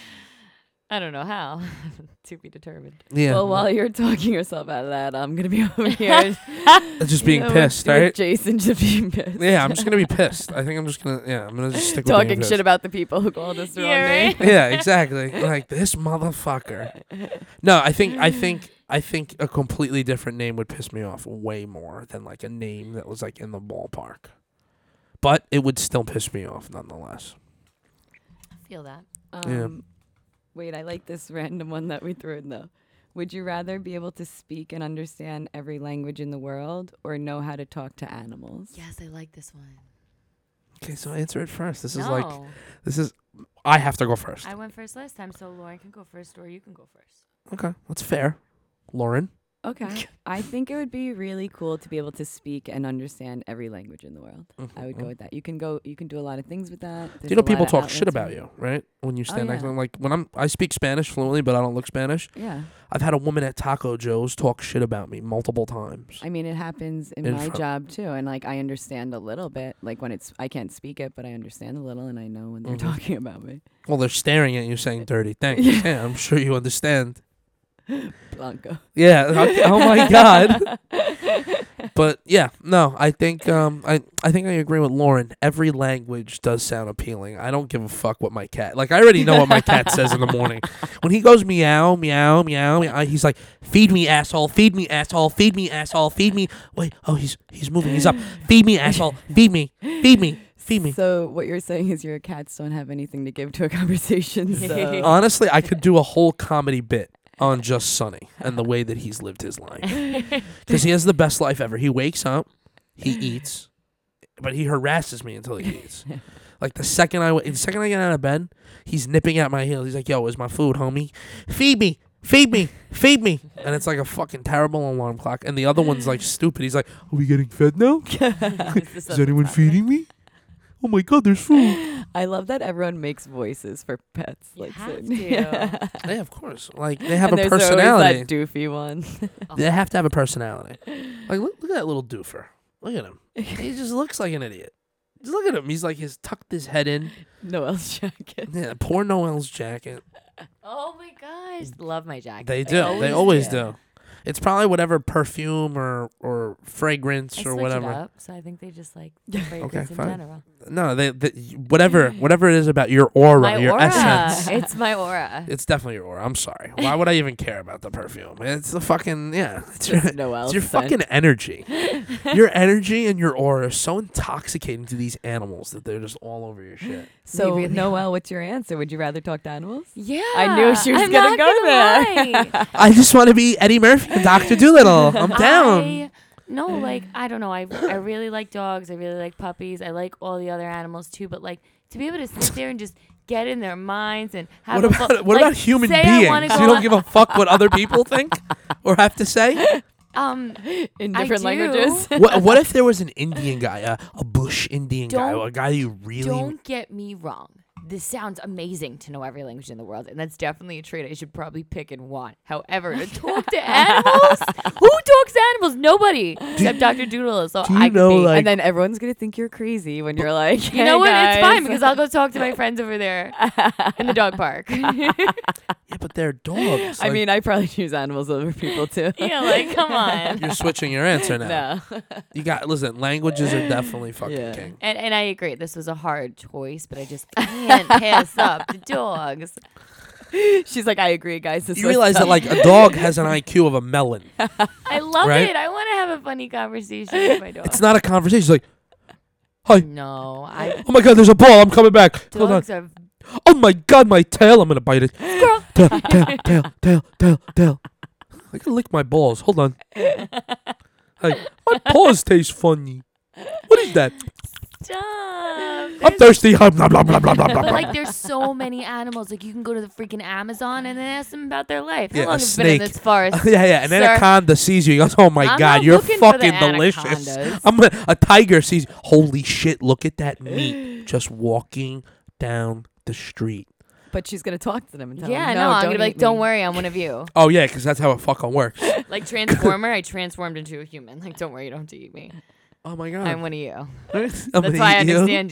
Speaker 4: I don't know how. *laughs* to be determined.
Speaker 2: Yeah.
Speaker 3: Well, while you're talking yourself out of that, I'm gonna be *laughs* over here.
Speaker 2: That's *laughs* just being
Speaker 3: you know, with-
Speaker 2: pissed,
Speaker 3: with
Speaker 2: right?
Speaker 3: Jason *laughs* just being pissed.
Speaker 2: yeah, I'm just
Speaker 4: *laughs*
Speaker 2: gonna be pissed. I think I'm just gonna yeah, I'm gonna just stick with
Speaker 3: Talking
Speaker 2: being
Speaker 3: shit
Speaker 2: pissed.
Speaker 3: about the people who called us the wrong
Speaker 4: Yeah,
Speaker 3: name.
Speaker 4: right? *laughs*
Speaker 2: Yeah, exactly. Like this
Speaker 3: *laughs*
Speaker 2: motherfucker. No, I think I think I think a completely different name would piss me off way more than like a name that was like in the ballpark. But it would still piss me off nonetheless.
Speaker 4: Feel that.
Speaker 2: Yeah.
Speaker 3: Um, Wait, I like this *laughs* random one that we threw in though. Would you rather be able to speak and understand every language in the world or know how to talk to animals?
Speaker 4: Yes, I like this one.
Speaker 2: Okay, so answer it first. This is
Speaker 4: no,
Speaker 2: like this is I have to go first.
Speaker 4: I went first last time, so Lauren can go first, or you can go first.
Speaker 2: Okay, that's fair. Lauren.
Speaker 3: *laughs* Okay. I think it would be really cool to be able to speak and understand every language in the world. I would go with that. You can go you can do a lot of things with that.
Speaker 2: Do you know people talk shit about you, right? When you stand next to
Speaker 3: Oh, yeah.
Speaker 2: them, like when I'm, I speak Spanish fluently, but I don't look Spanish.
Speaker 3: Yeah.
Speaker 2: I've had a woman at Taco Joe's talk shit about me multiple times.
Speaker 3: I mean, it happens in,
Speaker 2: In
Speaker 3: my
Speaker 2: front-
Speaker 3: job too, and like I understand a little bit. Like when it's, I can't speak it, but I understand a little, and I know when they're
Speaker 2: Mhm.
Speaker 3: talking about me.
Speaker 2: Well, they're staring at you,
Speaker 3: *laughs*
Speaker 2: saying dirty things.
Speaker 3: Yeah.
Speaker 2: Yeah, I'm sure you understand.
Speaker 3: Blanco.
Speaker 2: Yeah. I- oh
Speaker 3: *laughs*
Speaker 2: my god. But yeah, no, I think um, I I think I agree with Lauren. Every language does sound appealing. I don't give a fuck what my cat. Like I already know what my cat says in the morning. When he goes meow meow meow, meow he's like, "Feed me asshole, feed me asshole, feed me asshole, feed me." Wait, oh he's he's moving. He's up. Feed me asshole, feed me, feed me, feed me.
Speaker 3: So what you're saying is your cats don't have anything to give to a *laughs* conversation. So
Speaker 2: Honestly, I could do a whole comedy bit on just Sonny and the way that he's lived his life.
Speaker 3: *laughs*
Speaker 2: Because he has the best life ever. He wakes up, he eats, but he harasses me until
Speaker 3: *laughs*
Speaker 2: he eats. Like the second I wa- the second I get out of bed, he's nipping at my heels. He's like, "Yo, is my food, homie? Feed me, feed me, feed me!" And it's like a fucking terrible alarm clock. And the other one's
Speaker 3: *laughs*
Speaker 2: like stupid. He's like, "Are we getting fed now? Is anyone feeding me? Oh my god, there's food!"
Speaker 3: I love that everyone makes voices for pets.
Speaker 4: You
Speaker 3: like
Speaker 4: have
Speaker 3: so- *laughs*
Speaker 4: to.
Speaker 3: Yeah.
Speaker 2: yeah, of course. Like they have
Speaker 3: and
Speaker 2: a
Speaker 3: there's always
Speaker 2: personality.
Speaker 3: that doofy one. *laughs*
Speaker 4: Oh.
Speaker 2: They have to have a personality. Like look, look at that little doofer. Look at him. He just looks like an idiot. Just look at him. He's like he's tucked his head in.
Speaker 3: Noel's jacket.
Speaker 2: Yeah, poor Noel's jacket.
Speaker 4: Oh my gosh, love my jacket.
Speaker 2: They do. they always do. It's probably whatever perfume or or fragrance
Speaker 4: I
Speaker 2: or
Speaker 4: switch
Speaker 2: whatever.
Speaker 4: It up, so I think they just *laughs* like the fragrance in
Speaker 2: fine.
Speaker 4: general.
Speaker 2: No, they, they
Speaker 4: *laughs*
Speaker 2: whatever whatever it is about your aura,
Speaker 4: my
Speaker 2: your
Speaker 4: aura.
Speaker 2: essence.
Speaker 4: *laughs* It's my aura.
Speaker 2: It's definitely your aura. I'm sorry. Why would I even care about the perfume? It's the fucking yeah. *laughs* *laughs* It's your,
Speaker 4: *laughs*
Speaker 3: It's Noel's
Speaker 2: It's your
Speaker 3: scent.
Speaker 2: fucking energy. your energy and your aura are so intoxicating to these animals that they're just all over your shit.
Speaker 3: So
Speaker 4: really
Speaker 3: Noel, what's your answer? Would you rather talk to animals?
Speaker 4: yeah.
Speaker 3: I knew she was
Speaker 4: I'm
Speaker 3: gonna
Speaker 4: not
Speaker 3: go
Speaker 4: *laughs* gonna lie.
Speaker 2: I just want to be Eddie Murphy and
Speaker 4: *laughs*
Speaker 2: Dr. Doolittle. I'm down.
Speaker 4: I, no, like I don't know. I I really like dogs. I really like puppies. I like all the other animals too. But like to be able to sit there and just get in their minds and have
Speaker 2: What
Speaker 4: a
Speaker 2: about
Speaker 4: fu-
Speaker 2: what
Speaker 4: like,
Speaker 2: about human
Speaker 4: say
Speaker 2: beings?
Speaker 4: I wanna go
Speaker 2: You don't
Speaker 4: on-
Speaker 2: give a fuck what other people
Speaker 4: *laughs*
Speaker 2: think or have to say.
Speaker 4: um
Speaker 3: *laughs* In
Speaker 4: I
Speaker 3: different
Speaker 4: do.
Speaker 3: languages.
Speaker 4: *laughs*
Speaker 2: What what if there was an Indian guy, a, a bush Indian guy,
Speaker 4: Don't-
Speaker 2: or a guy you really
Speaker 4: Don't get me wrong. This sounds amazing to know every language in the world, and that's definitely a trait I should probably pick and want. However, to talk to
Speaker 3: *laughs*
Speaker 4: animals, who talks to animals? Nobody except Doctor Doodle. So
Speaker 2: do you
Speaker 4: I could
Speaker 2: know,
Speaker 4: be-
Speaker 2: like-
Speaker 3: and then everyone's gonna think you're crazy when you're like,
Speaker 4: you know
Speaker 3: "Hey,
Speaker 4: what? It's fine
Speaker 3: guys."
Speaker 4: because I'll go talk
Speaker 3: *laughs*
Speaker 4: to my friends over there in the dog *laughs* park.
Speaker 2: Yeah, but they're dogs.
Speaker 3: I
Speaker 2: Like,
Speaker 3: mean, I probably *laughs* choose animals over people too.
Speaker 4: yeah, like come on.
Speaker 2: *laughs* you're switching your answer
Speaker 4: *laughs*
Speaker 2: now.
Speaker 3: *laughs* no.
Speaker 2: You got listen, languages are definitely fucking
Speaker 3: Yeah.
Speaker 2: king.
Speaker 4: And and I agree, this was a hard choice, but I just can't pass up the dogs.
Speaker 3: *laughs* She's like, I agree, guys. This
Speaker 2: You
Speaker 3: was
Speaker 2: realize that
Speaker 3: tough."
Speaker 2: like a dog has an IQ of a
Speaker 4: *laughs*
Speaker 2: melon.
Speaker 4: I love
Speaker 2: Right?
Speaker 4: it. I want to have a funny conversation with my dog.
Speaker 2: It's not a conversation. It's like, hi.
Speaker 4: no, I
Speaker 2: Oh my god, there's a ball. I'm coming back. Hold on.
Speaker 4: dogs are
Speaker 2: Oh my god, my tail. I'm gonna bite
Speaker 4: *laughs*
Speaker 2: it. Tail, tail, tail, tail, tail, tail. I gotta lick my balls. Hold on. Hey, my paws taste funny. What is that?
Speaker 4: Stop.
Speaker 2: I'm
Speaker 4: There's-
Speaker 2: thirsty. *laughs* Hum, blah, blah, blah, blah, blah, blah.
Speaker 4: but *laughs* like, there's so many animals. Like, you can go to the freaking Amazon and then ask them about their life.
Speaker 2: Yeah, a
Speaker 4: How long have you been in
Speaker 2: snake.
Speaker 4: this forest?
Speaker 2: *laughs* yeah, yeah. An
Speaker 4: sir.
Speaker 2: anaconda sees you. He goes, "Oh my
Speaker 4: I'm
Speaker 2: god,
Speaker 4: not
Speaker 2: you're
Speaker 4: looking for the
Speaker 2: fucking delicious."
Speaker 4: anacondas.
Speaker 2: I'm a, a tiger sees. Holy shit! Look at that
Speaker 4: *gasps*
Speaker 2: meat just walking down the street.
Speaker 3: but she's gonna talk to them and tell
Speaker 4: yeah,
Speaker 3: them,
Speaker 4: no, I'm
Speaker 3: don't
Speaker 4: gonna be
Speaker 3: eat
Speaker 4: like, don't
Speaker 3: me."
Speaker 4: worry, I'm one of you.
Speaker 2: Oh yeah, because that's how it fucking works.
Speaker 4: Like Transformer, I transformed into a human. Like, don't worry, you don't have to eat me.
Speaker 2: Oh my
Speaker 4: *laughs*
Speaker 2: god.
Speaker 4: I'm one of you.
Speaker 2: That's
Speaker 4: That's why I understand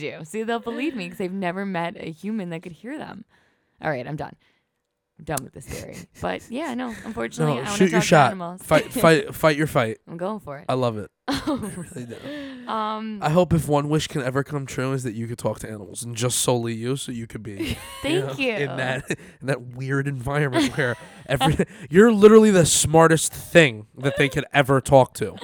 Speaker 2: *laughs*
Speaker 4: you. See, they'll believe me because they've never met a human that could hear them. All right, I'm done. I'm done with this
Speaker 2: *laughs*
Speaker 4: theory. But yeah, no, unfortunately, I
Speaker 2: No,
Speaker 4: want to
Speaker 2: shoot
Speaker 4: talk
Speaker 2: your
Speaker 4: to
Speaker 2: shot.
Speaker 4: animals. *laughs*
Speaker 3: *laughs*
Speaker 2: Fight, fight, fight your fight.
Speaker 4: I'm going for it.
Speaker 2: I love it.
Speaker 3: Oh.
Speaker 2: uh, *laughs*
Speaker 4: Um,
Speaker 2: I hope if one wish can ever come true is that you could talk to animals and just solely you, so you could be
Speaker 4: thank you.
Speaker 2: in that in that weird environment where every *laughs* you're literally the smartest thing that they could ever talk to.
Speaker 3: *laughs*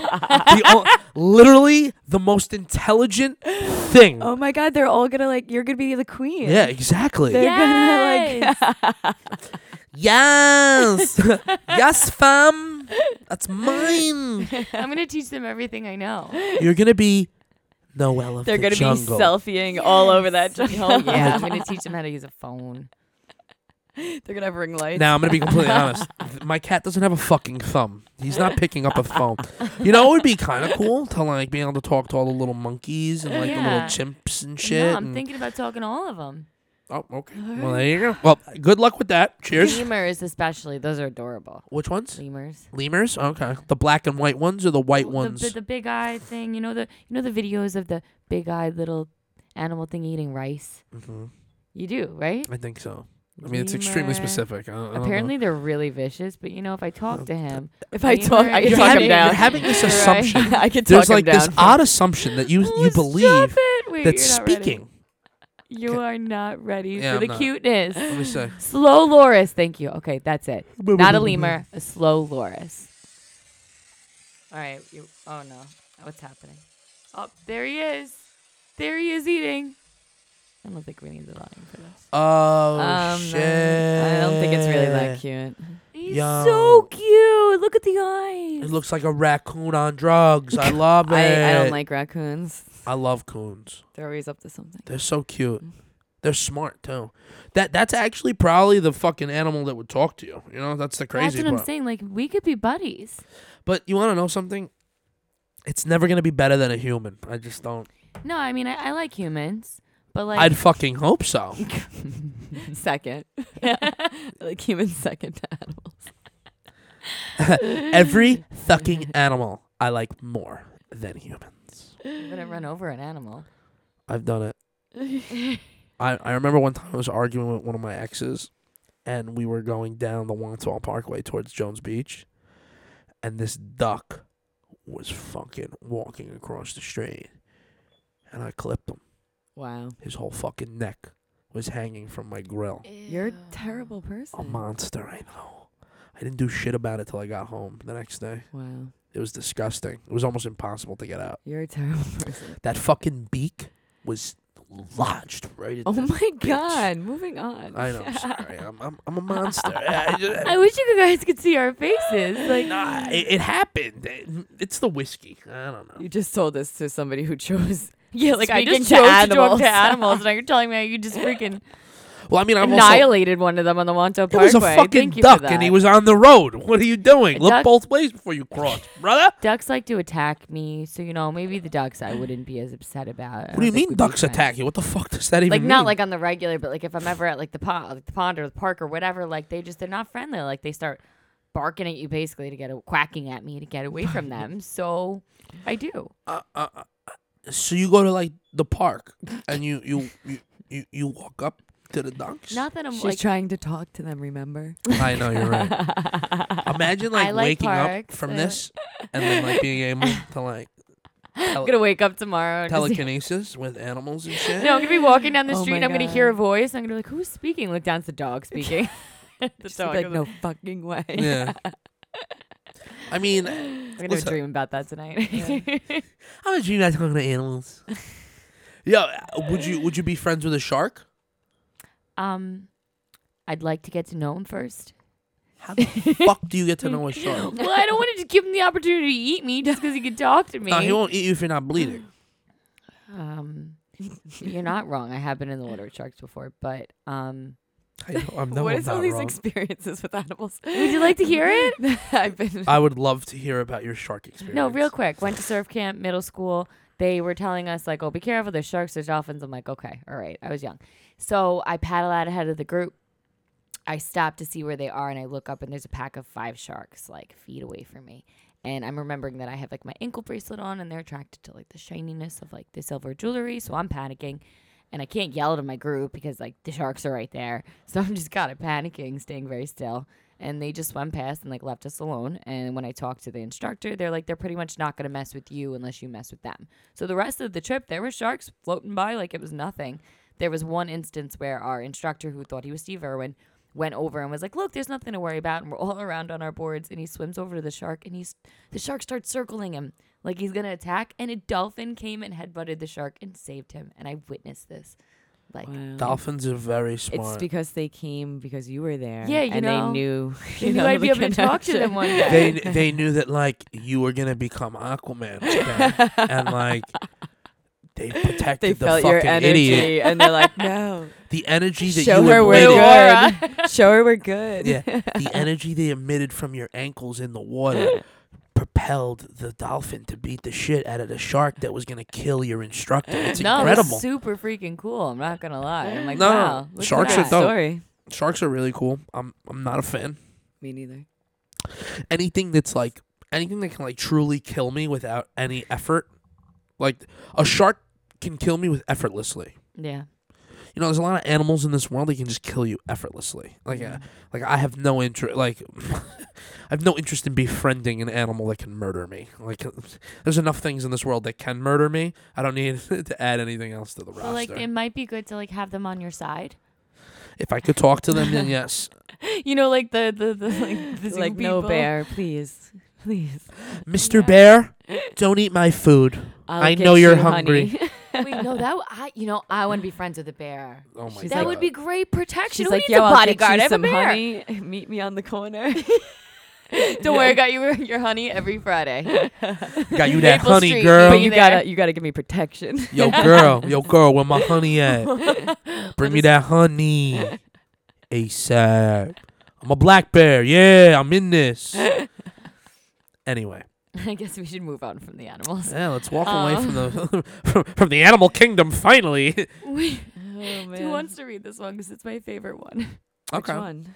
Speaker 2: The o- literally the most intelligent thing.
Speaker 3: Oh my God, they're all gonna like, you're gonna be the queen.
Speaker 2: yeah, exactly.
Speaker 3: They're gonna like,
Speaker 4: Yes!
Speaker 3: *laughs*
Speaker 2: Yes, yes, fam. That's mine.
Speaker 4: *laughs* *laughs* I'm gonna teach them everything I know.
Speaker 2: *laughs* You're gonna be Noel of
Speaker 3: *laughs* they're
Speaker 2: the
Speaker 3: gonna
Speaker 2: jungle.
Speaker 3: be selfieing all over that *laughs*
Speaker 4: Oh
Speaker 3: jungle.
Speaker 4: *laughs* yeah,
Speaker 2: *laughs*
Speaker 4: I'm gonna teach them how to use a phone.
Speaker 3: they're gonna have ring lights.
Speaker 2: Now I'm gonna be completely
Speaker 4: *laughs*
Speaker 2: honest. Th- My cat doesn't have a fucking thumb. He's not picking up a phone. You know, it would be kind of cool to like be able to talk to all the little monkeys and like
Speaker 4: Yeah.
Speaker 2: the little chimps and shit. mm.
Speaker 4: No, I'm
Speaker 2: and-
Speaker 4: thinking about talking to all of them.
Speaker 2: Oh, okay. Well, there you go. Well, good luck with that. Cheers.
Speaker 4: Lemurs especially; those are adorable.
Speaker 2: Which ones?
Speaker 4: Lemurs.
Speaker 2: Lemurs. Okay. The black and white ones or the white ones?
Speaker 4: The, the, the big eye thing. You know the you know the videos of the big eyed little animal thing eating rice.
Speaker 2: Mhm.
Speaker 4: You do right?
Speaker 2: I think so. I mean, it's extremely
Speaker 4: Lemur.
Speaker 2: specific. I don't- I don't know.
Speaker 4: Apparently they're really vicious, but you know if I talk to him,
Speaker 3: if I talk, I can
Speaker 2: You're
Speaker 3: talk
Speaker 2: having- You're
Speaker 3: him
Speaker 4: *laughs*
Speaker 3: down.
Speaker 2: having
Speaker 3: *laughs*
Speaker 2: this
Speaker 4: Right.
Speaker 2: assumption.
Speaker 3: I can talk
Speaker 2: There's
Speaker 3: him
Speaker 2: like
Speaker 3: down.
Speaker 2: this *laughs* odd assumption that you you believe that
Speaker 4: that's
Speaker 2: speaking.
Speaker 4: You
Speaker 2: Okay.
Speaker 4: are not ready
Speaker 2: Yeah,
Speaker 4: for
Speaker 2: I'm
Speaker 4: the
Speaker 2: not. Let
Speaker 4: cuteness.
Speaker 2: me say.
Speaker 4: Slow loris, thank you. Okay, that's it. Not a lemur, a slow loris. All right. You, oh no, what's happening? Oh, there he is. There he is eating. I don't think we need the volume for this.
Speaker 2: Oh
Speaker 3: Um,
Speaker 2: shit!
Speaker 3: I don't think it's really that cute.
Speaker 4: He's
Speaker 2: Yo.
Speaker 4: so cute. Look at the eyes.
Speaker 2: It looks like a raccoon on drugs. I love it.
Speaker 3: *laughs* I, I don't like raccoons.
Speaker 2: I love coons.
Speaker 3: They're always up to something.
Speaker 2: They're so cute.
Speaker 3: Mm-hmm.
Speaker 2: They're smart too. That that's actually probably the fucking animal that would talk to you. You know, that's the
Speaker 4: That's
Speaker 2: crazy
Speaker 4: what I'm
Speaker 2: part.
Speaker 4: saying. Like we could be buddies.
Speaker 2: But you want to know something? It's never gonna be better than a human. I just don't.
Speaker 4: No, I mean I, I like humans, but like
Speaker 2: I'd fucking hope
Speaker 3: *laughs*
Speaker 2: so.
Speaker 3: Second, *laughs* I like humans second to animals.
Speaker 4: *laughs*
Speaker 2: Every fucking animal I like more than humans.
Speaker 4: I'm gonna run over an animal.
Speaker 2: I've done it. I, I remember one time I was arguing with one of my exes, and we were going down the Wantagh Parkway towards Jones Beach, and this duck was fucking walking across the street, and I clipped him.
Speaker 3: Wow,
Speaker 2: His whole fucking neck was hanging from my grill.
Speaker 3: you're a terrible person.
Speaker 2: A monster, I know. I didn't do shit about it till I got home the next day.
Speaker 3: Wow,
Speaker 2: It was disgusting. It was almost impossible to get out.
Speaker 3: you're a terrible *laughs* person.
Speaker 2: That fucking beak was lodged right in
Speaker 3: Oh
Speaker 2: the
Speaker 3: my god, moving on.
Speaker 2: I know. I'm sorry. I'm, I'm, I'm a
Speaker 3: *laughs*
Speaker 2: monster. I, I just-
Speaker 4: I wish you guys could see our *laughs* faces. Like
Speaker 2: Nah, it, it happened. It- it's the whiskey. I don't know.
Speaker 3: You just told this to somebody who chose.
Speaker 4: yeah, like I
Speaker 3: Speaking
Speaker 4: just
Speaker 3: to
Speaker 4: chose to talk
Speaker 3: animals.
Speaker 4: to animals, and now you're telling me
Speaker 2: *laughs*
Speaker 4: you just freaking
Speaker 2: Well, I mean, I'm also.
Speaker 4: annihilated one of them on the Wanto
Speaker 2: It
Speaker 4: Parkway.
Speaker 2: was a fucking
Speaker 4: Thank you
Speaker 2: duck,
Speaker 4: for that.
Speaker 2: and he was on the road. What are you doing? Look
Speaker 4: duck-
Speaker 2: both ways before you
Speaker 4: *laughs*
Speaker 2: cross, brother.
Speaker 4: Ducks like to attack me, so you know maybe the ducks I wouldn't be as upset about.
Speaker 2: What do you mean ducks attack you? What the fuck does that even
Speaker 4: Like
Speaker 2: mean?
Speaker 4: not like on the regular, but like if I'm ever at like the pond, like the pond or the park or whatever, like they just they're not friendly. Like they start barking at you basically to get a, quacking at me to get away
Speaker 3: *laughs*
Speaker 4: from them. So I do.
Speaker 2: Uh, uh, uh, so you go to like the park and you you you you, you walk up to the ducks.
Speaker 4: Not that I'm
Speaker 3: She's
Speaker 4: like
Speaker 3: trying to talk to them. Remember?
Speaker 2: *laughs* I know you're
Speaker 4: *laughs*
Speaker 2: right. Imagine
Speaker 4: I
Speaker 2: like,
Speaker 4: like
Speaker 2: waking up
Speaker 4: parks. uh,
Speaker 2: from this and then like
Speaker 4: *laughs*
Speaker 2: being able to like
Speaker 4: I'm gonna wake up tomorrow. And just-
Speaker 2: telekinesis with animals
Speaker 4: *laughs*
Speaker 2: and shit.
Speaker 4: no, I'm gonna be walking down the
Speaker 3: *laughs* Oh
Speaker 4: street. and
Speaker 3: my
Speaker 4: I'm gonna hear a voice. and I'm gonna be like, "Who's speaking?" Look down. It's the
Speaker 3: *laughs*
Speaker 4: dog speaking. *laughs* the
Speaker 3: *laughs* She's
Speaker 4: dog.
Speaker 3: like,
Speaker 4: I'm
Speaker 3: no fucking way.
Speaker 4: *laughs*
Speaker 2: Yeah. I mean,
Speaker 4: I'm gonna
Speaker 2: listen,
Speaker 4: dream about that tonight.
Speaker 3: *laughs*
Speaker 2: I'm a dream about talking to *laughs* animals. yeah, would you would you be friends with a
Speaker 3: *laughs*
Speaker 2: shark?
Speaker 4: *laughs* um, I'd like to get to know
Speaker 3: *laughs*
Speaker 4: him first.
Speaker 2: How the fuck do you get to know a shark?
Speaker 4: Well, I don't want to just give him the opportunity to eat me just because he could talk to me.
Speaker 2: Nah, he won't eat you if you're not bleeding.
Speaker 4: Um, you're not wrong. I have been in the water with sharks before, but um,
Speaker 2: I know, I'm no,
Speaker 3: *laughs* what
Speaker 2: I'm
Speaker 3: is
Speaker 2: not
Speaker 3: all these
Speaker 2: wrong.
Speaker 3: experiences with animals?
Speaker 4: would you like to hear it?
Speaker 3: *laughs* I've been.
Speaker 2: I would love to hear about your shark experience.
Speaker 4: No,
Speaker 2: *laughs*
Speaker 4: real quick. Went to surf camp, middle school. They were telling us like, "Oh, be careful! There's sharks, there's dolphins." I'm like, "Okay, all right." I was young, so I paddle out ahead of the group. I stop to see where they are, and I look up, and there's a pack of five sharks like feet away from me. And I'm remembering that I have like my ankle bracelet on and they're attracted to like the shininess of like the silver jewelry. So I'm panicking and I can't yell to my group because like the sharks are right there. *laughs* So I'm just kind of panicking, staying very still. And they just went past and like left us alone. And when I talked to the instructor, they're like, they're pretty much not going to mess with you unless you mess with them. So the rest of the trip, there were sharks floating by like it was nothing. There was one instance where our instructor, who thought he was Steve Irwin, went over and was like, "Look, there's nothing to worry about." And we're all around on our boards, and he swims over to the shark, and he's the shark starts circling him like he's gonna attack, and a dolphin came and headbutted the shark and saved him, and I witnessed this. Like,
Speaker 2: Dolphins are very
Speaker 3: It's
Speaker 2: smart.
Speaker 3: because they came because you were there.
Speaker 4: Yeah, you
Speaker 3: and
Speaker 4: know.
Speaker 3: they knew. *laughs*
Speaker 4: you knew I'd
Speaker 3: the
Speaker 4: be able to talk to
Speaker 3: connection. *laughs*
Speaker 4: them
Speaker 2: *laughs*
Speaker 4: one day.
Speaker 2: they they knew that like you were gonna become Aquaman,
Speaker 3: *laughs*
Speaker 2: today, and like they protected
Speaker 3: They
Speaker 2: the
Speaker 3: felt
Speaker 2: fucking
Speaker 3: your energy,
Speaker 2: idiot.
Speaker 3: *laughs* and they're like, *laughs* "No,
Speaker 2: The energy that
Speaker 3: show
Speaker 2: you
Speaker 3: her we're
Speaker 2: emitted,
Speaker 3: good. show her we're good."
Speaker 2: Yeah,
Speaker 4: *laughs*
Speaker 2: the energy they emitted from your ankles in the water propelled the dolphin to beat the shit out of the shark that was gonna kill your instructor. It's
Speaker 4: *gasps* no, it was
Speaker 2: incredible.
Speaker 4: super freaking cool. I'm not gonna lie. I'm like,
Speaker 2: No,
Speaker 4: wow, look at
Speaker 2: sharks are
Speaker 4: that.
Speaker 2: dope.
Speaker 3: Sorry,
Speaker 2: Sharks are really cool. I'm I'm not a fan.
Speaker 3: me neither.
Speaker 2: Anything that's like anything that can like truly kill me without any effort, like a shark can kill me with effortlessly.
Speaker 4: Yeah,
Speaker 2: you know, there's a lot of animals in this world that can just kill you effortlessly. Like, uh,
Speaker 4: Mm-hmm.
Speaker 2: like I have no interest. Like, *laughs* I have no interest in befriending an animal that can murder me. Like, *laughs* there's enough things in this world that can murder me. I don't need *laughs* to add anything else to the
Speaker 4: but like
Speaker 2: roster.
Speaker 4: it might be good to like have them on your side.
Speaker 2: if I could talk to them, then yes.
Speaker 4: *laughs* You know, like the the, the like *laughs* the zoo
Speaker 3: like no
Speaker 4: people.
Speaker 3: bear, please, please.
Speaker 2: Mister Bear, don't eat my food.
Speaker 3: I'll
Speaker 2: I
Speaker 3: get
Speaker 2: know you're
Speaker 3: you, *laughs*
Speaker 2: hungry.
Speaker 3: honey.
Speaker 4: Wait, no, that I you know I want to be friends with a bear.
Speaker 2: Oh my
Speaker 3: She's
Speaker 4: that
Speaker 3: like-
Speaker 4: would be great protection.
Speaker 3: She's
Speaker 4: Who
Speaker 3: like, "Yo,
Speaker 4: needs a
Speaker 3: I'll get
Speaker 4: bodyguard?
Speaker 3: you
Speaker 4: I have a
Speaker 3: some
Speaker 4: bear.
Speaker 3: honey. *laughs* Meet me on the *laughs* corner."
Speaker 4: Don't worry, I got you *laughs* your honey every *laughs* Friday.
Speaker 2: Got you that
Speaker 4: Maple
Speaker 2: honey,
Speaker 4: Street,
Speaker 2: girl.
Speaker 3: but
Speaker 4: you
Speaker 3: you
Speaker 4: there.
Speaker 3: gotta, you gotta give me *laughs* protection.
Speaker 4: *laughs*
Speaker 2: yo, girl. Yo, girl. Where my honey at? Bring me that
Speaker 4: *laughs*
Speaker 2: honey, ASAP. I'm a black bear. Yeah, I'm in
Speaker 4: *laughs*
Speaker 2: this. Anyway.
Speaker 4: I guess we should move on from
Speaker 2: *laughs*
Speaker 4: the animals.
Speaker 2: Yeah, let's walk away from
Speaker 4: Um.
Speaker 2: the *laughs* from, from the animal kingdom finally. *laughs*
Speaker 4: We,
Speaker 3: Oh
Speaker 4: *laughs*
Speaker 3: man,
Speaker 4: Who wants to read this one? Because it's my favorite one. *laughs*
Speaker 3: Which one?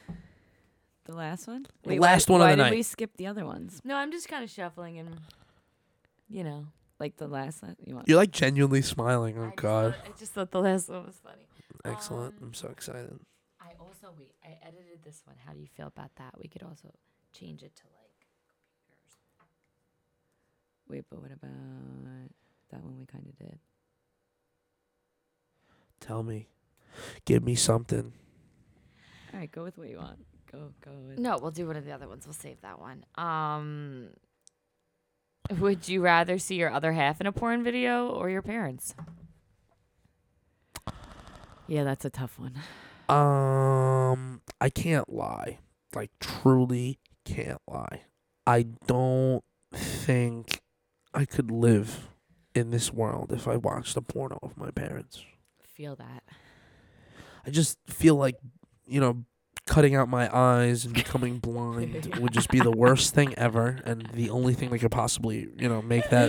Speaker 3: The last one.
Speaker 2: The last one of
Speaker 3: why
Speaker 2: the
Speaker 3: did
Speaker 2: night.
Speaker 3: we skip the other ones?
Speaker 4: No, I'm just kind of shuffling and, you know.
Speaker 3: Like the last one. You want?
Speaker 2: You're like genuinely smiling. Oh
Speaker 4: I just
Speaker 2: god.
Speaker 4: thought- I just thought the last one was funny.
Speaker 2: Excellent.
Speaker 4: um,
Speaker 2: I'm so excited.
Speaker 4: I also wait. I edited this one. How do you feel about that? We could also change it to like.
Speaker 3: Wait, but what about that one? We kind of did.
Speaker 2: Tell me. Give me something.
Speaker 3: All right, go with what you want. Go, go with.
Speaker 4: No, we'll do one of the other ones. We'll save that one. Um. Would you rather see your other half in a porn video or your parents?
Speaker 3: Yeah, that's a tough one.
Speaker 2: Um I can't lie. Like truly can't lie. I don't think I could live in this world if I watched a porno of my parents.
Speaker 4: Feel that.
Speaker 2: I just feel like, you know, cutting out my eyes and becoming blind would just be the worst thing ever, and the only thing that could possibly, you know, make that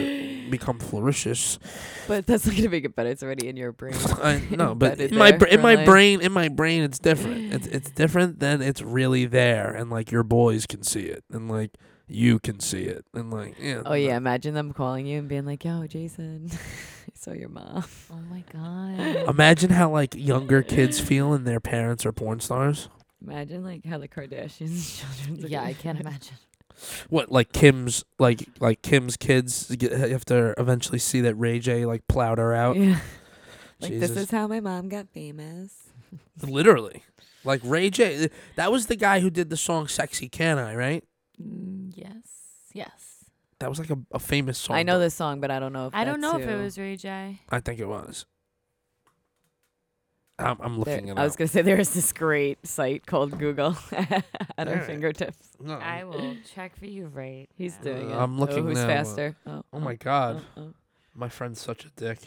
Speaker 2: become flourishes.
Speaker 3: *laughs* But that's not gonna make it better. It's already in your
Speaker 2: *laughs*
Speaker 3: brain. *laughs*
Speaker 2: I no, but
Speaker 3: Embedded
Speaker 2: in my
Speaker 3: there
Speaker 2: br- in
Speaker 3: for
Speaker 2: my
Speaker 3: life.
Speaker 2: brain, in my brain, it's different.
Speaker 3: *sighs*
Speaker 2: It's it's different than it's really there, and like your boys can see it, and like you can see it, and like yeah.
Speaker 3: Oh yeah, imagine them calling you and being like, "Yo, Jason, *laughs* I saw your mom."
Speaker 4: Oh my *laughs* god.
Speaker 2: Imagine how like younger kids feel and their parents are porn stars.
Speaker 3: Imagine like how the Kardashians' *laughs* children. look
Speaker 4: yeah,
Speaker 3: at
Speaker 4: I
Speaker 3: each
Speaker 4: can't *laughs*
Speaker 3: other.
Speaker 4: imagine.
Speaker 2: What like Kim's like like Kim's kids get, have to eventually see that Ray J like plowed her
Speaker 3: *laughs*
Speaker 2: out.
Speaker 3: Yeah. like
Speaker 2: Jesus.
Speaker 3: this is how my mom got famous.
Speaker 2: Literally, like Ray J. That was the guy who did the song "Sexy Can I," right?
Speaker 4: Mm, yes. Yes.
Speaker 2: That was like a, a famous song.
Speaker 3: I know
Speaker 2: but
Speaker 3: this song, but I don't know if
Speaker 4: I don't
Speaker 3: that's
Speaker 4: know if it
Speaker 3: who-
Speaker 4: was Ray J.
Speaker 2: I think it was. I'm, I'm
Speaker 3: There-
Speaker 2: looking it
Speaker 3: I was
Speaker 2: up.
Speaker 3: gonna say there is this great site called Google *laughs* at our
Speaker 2: Alright.
Speaker 3: fingertips.
Speaker 2: No,
Speaker 4: I will check for you *laughs* right.
Speaker 3: He's
Speaker 4: now.
Speaker 3: doing it.
Speaker 2: I'm looking
Speaker 3: oh, who's
Speaker 2: now, uh,
Speaker 3: faster. Oh,
Speaker 2: oh my god,
Speaker 3: oh,
Speaker 2: my friend's such a dick.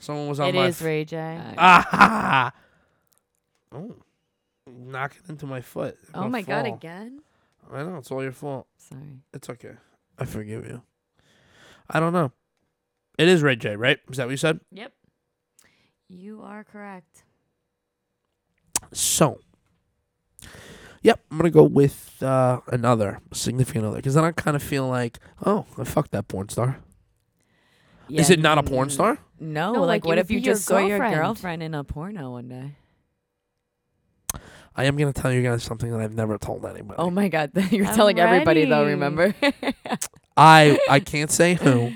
Speaker 2: Someone was on
Speaker 4: It
Speaker 2: my.
Speaker 4: is
Speaker 2: f- *laughs*
Speaker 4: Ray J.
Speaker 3: Uh,
Speaker 2: Ah! ha, ha. Oh, knock it into my foot. I'm
Speaker 3: oh
Speaker 2: gonna
Speaker 3: my god,
Speaker 2: fall.
Speaker 3: again?
Speaker 2: I know it's all your fault.
Speaker 3: Sorry.
Speaker 2: It's okay. I forgive you. I don't know. It is Ray J, right? Is that what you said?
Speaker 4: yep. You are correct.
Speaker 2: So, Yep, I'm gonna go with uh, another significant other because then I kind of feel like, oh, I fucked that porn star. Is
Speaker 3: Yeah,
Speaker 2: it not a porn
Speaker 3: mm,
Speaker 2: star?
Speaker 3: No,
Speaker 4: No,
Speaker 3: like,
Speaker 4: like, it
Speaker 3: what
Speaker 4: would
Speaker 3: if you
Speaker 4: be your
Speaker 3: just saw your
Speaker 4: girlfriend.
Speaker 3: girlfriend in a porno one day?
Speaker 2: I am gonna tell you guys something that I've never told anybody. *laughs*
Speaker 3: Oh my god, *laughs* you're
Speaker 4: I'm
Speaker 3: telling everybody though,
Speaker 4: ready.
Speaker 3: remember? *laughs*
Speaker 2: I I can't say who,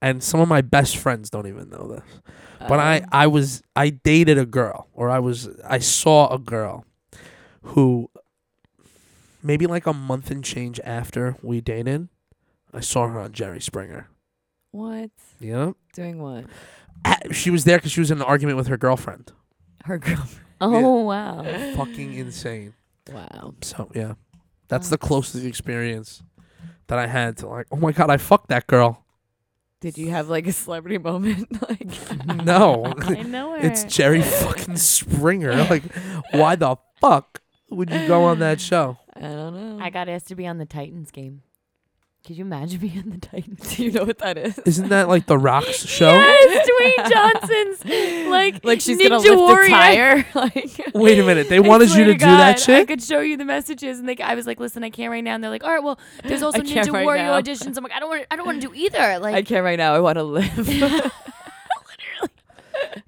Speaker 2: and some of my best friends don't even know this. *laughs* But I
Speaker 3: Um,
Speaker 2: I was I dated a girl or I was I saw a girl who maybe like a month and change after we dated, I saw her on Jerry Springer.
Speaker 3: *laughs* what?
Speaker 2: Yeah.
Speaker 3: Doing what?
Speaker 2: She was there cuz she was in an argument with her girlfriend.
Speaker 3: Her girlfriend.
Speaker 4: Oh wow.
Speaker 2: Fucking insane.
Speaker 3: *laughs* Wow.
Speaker 2: So, yeah. That's the closest experience that I had to like, oh my god, I fucked that girl.
Speaker 3: Did you have like a celebrity *laughs* moment? like
Speaker 2: *laughs* No.
Speaker 4: *laughs* I know her.
Speaker 2: *laughs* it's Jerry fucking Springer. Like why the fuck would you go on that show?
Speaker 3: I don't know.
Speaker 4: I got asked to be on the Titans game. Could you imagine *laughs* being on the Titans?
Speaker 3: Do you know what that is?
Speaker 2: Isn't that like the Rock's show?
Speaker 4: *laughs* Yes, Dwayne Johnson's like
Speaker 3: Like she's
Speaker 4: ninja
Speaker 3: gonna lift
Speaker 4: warrior.
Speaker 3: a tire. *laughs* like
Speaker 2: Wait a minute. They
Speaker 4: I
Speaker 2: wanted you
Speaker 4: swear
Speaker 2: to, do that
Speaker 4: God, I
Speaker 2: shit?
Speaker 4: could show you the messages, and they, I was like, "Listen, I can't right now." And they're like, "All right, well, *gasps* there's also
Speaker 3: I can't
Speaker 4: Ninja
Speaker 3: right
Speaker 4: Warrior
Speaker 3: now."
Speaker 4: auditions." I'm like, "I don't want, I don't want *laughs* to do either."
Speaker 3: I
Speaker 4: Like,
Speaker 3: can't right now. I want to
Speaker 4: *laughs*
Speaker 3: live.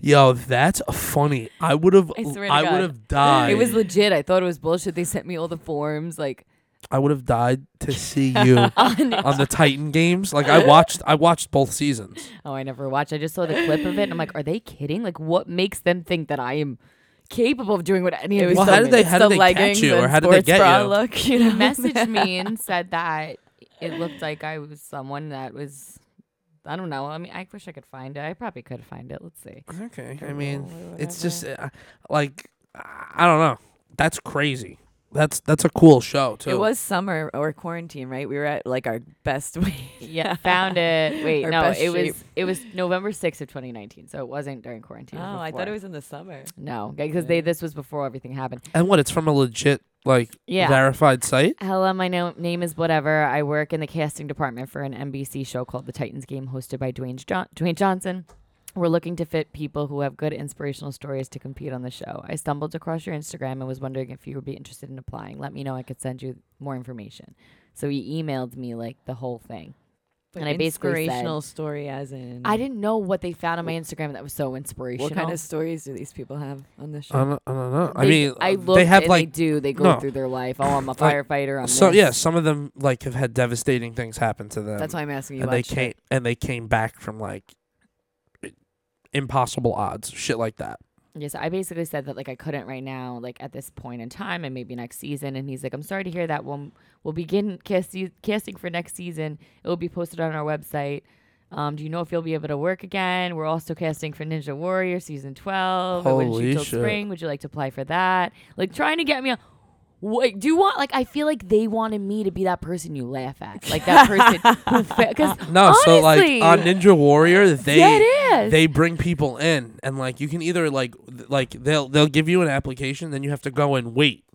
Speaker 2: Yo, that's funny. I would have
Speaker 3: I swear to
Speaker 2: I,
Speaker 3: God.
Speaker 2: would have died.
Speaker 3: it was legit. I thought it was bullshit. They sent me all the forms. Like
Speaker 2: I would have died to see you on the Titan games. Like I watched I watched both seasons.
Speaker 4: oh, I never watched. I just saw the clip of it, and I'm like, "Are they kidding? Like, what makes them think that I am capable of doing what any of
Speaker 3: it was
Speaker 4: these?"
Speaker 2: Well,
Speaker 3: so
Speaker 2: how
Speaker 3: good.
Speaker 2: did they-
Speaker 3: It's
Speaker 2: how
Speaker 3: the
Speaker 2: did they catch
Speaker 3: leggings
Speaker 2: you,
Speaker 3: and
Speaker 2: or how did they
Speaker 3: sports
Speaker 2: get
Speaker 3: bra
Speaker 2: you?
Speaker 3: Look, *laughs* you know?
Speaker 4: messaged me and said that it looked like I was someone that was. I don't know. I mean, I wish I could find it. I probably could find it. Let's see.
Speaker 2: Okay. I
Speaker 4: Google
Speaker 2: mean,
Speaker 4: or
Speaker 2: it's just uh, like I don't know. That's crazy. That's that's a cool show too.
Speaker 3: It was summer or quarantine, right? We were at like our best *laughs* weight.
Speaker 4: Yeah, found it. Wait,
Speaker 3: Our
Speaker 4: no,
Speaker 3: best
Speaker 4: it
Speaker 3: shape.
Speaker 4: was it was November sixth of 2019, so it wasn't during quarantine.
Speaker 3: Oh, I thought
Speaker 4: before.
Speaker 3: it was in *laughs* the summer.
Speaker 4: No, because they this was before everything happened.
Speaker 2: and what? It's from a legit like
Speaker 4: Yeah.
Speaker 2: verified site.
Speaker 4: Hello, my no- name is whatever. I work in the casting department for an NBC show called The Titans Game, hosted by Dwayne jo- Dwayne Johnson. We're looking to fit people who have good inspirational stories to compete on the show. I stumbled across your Instagram and was wondering if you would be interested in applying. Let me know. I could send you more information. So he emailed me like the whole thing. And I basically said-
Speaker 3: inspirational story, as in
Speaker 2: Mm.
Speaker 4: I didn't know what they found on my Instagram that was so inspirational.
Speaker 3: What kind of stories do these people have on this
Speaker 2: I
Speaker 3: show?
Speaker 2: don't, I don't know. I
Speaker 4: They-
Speaker 2: mean,
Speaker 4: I
Speaker 2: uh,
Speaker 4: look
Speaker 2: they have
Speaker 4: and
Speaker 2: like
Speaker 4: they do. They go
Speaker 2: no.
Speaker 4: through their life. Oh, I'm a
Speaker 2: Like,
Speaker 4: firefighter. I'm
Speaker 2: so
Speaker 4: this.
Speaker 2: yeah, some of them like have had devastating things happen to them.
Speaker 3: That's why I'm asking you.
Speaker 2: and they
Speaker 3: watched it.
Speaker 2: came and they came back from like i- impossible odds, shit like that.
Speaker 4: Yeah, so I basically said that like I couldn't right now, like at this point in time, and maybe next season. And he's like, "I'm sorry to hear that. We'll we'll begin cast- casting for next season. It will be posted on our website. Um, do you know if you'll be able to work again? We're also casting for Ninja Warrior season 12. It wouldn't shoot
Speaker 2: Holy
Speaker 4: till
Speaker 2: shit.
Speaker 4: Spring. Would you like to apply for that? Like trying to get me. A- Wait, do you want like I feel like they wanted me to be that person you laugh at, like that person
Speaker 2: *laughs*
Speaker 4: who because
Speaker 2: No, so like
Speaker 4: honestly-
Speaker 2: on Ninja Warrior, they
Speaker 4: Yeah, it is.
Speaker 2: they bring people in and like you can either like th- like they'll they'll give you an application, then you have to go and wait.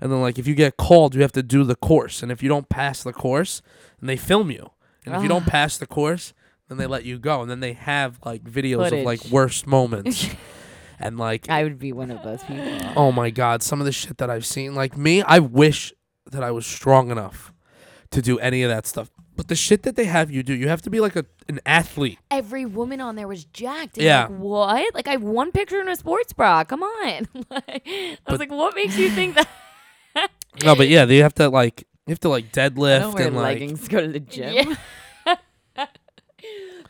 Speaker 2: And then like if you get called, you have to do the course. And if you don't pass the course, and they film you. And if you don't pass the course, then they let you go. And then they have like videos of like
Speaker 4: Footage.
Speaker 2: worst moments. and like
Speaker 4: I would be one of those people.
Speaker 2: Oh my god, some of the shit that I've seen. Like me, I wish that I was strong enough to do any of that stuff. But the shit that they have you do, you have to be like a an athlete.
Speaker 4: every woman on there was jacked. And
Speaker 2: Yeah.
Speaker 4: yeah. Like, what? Like I have one picture in a sports bra. Come on. *laughs* like, I was like, what makes you think that? *laughs*
Speaker 2: No, but yeah, they have to like you have to like
Speaker 3: I don't
Speaker 2: deadlift
Speaker 3: wear
Speaker 2: and like
Speaker 3: leggings. Go to the gym.
Speaker 4: *laughs* Yeah. *laughs*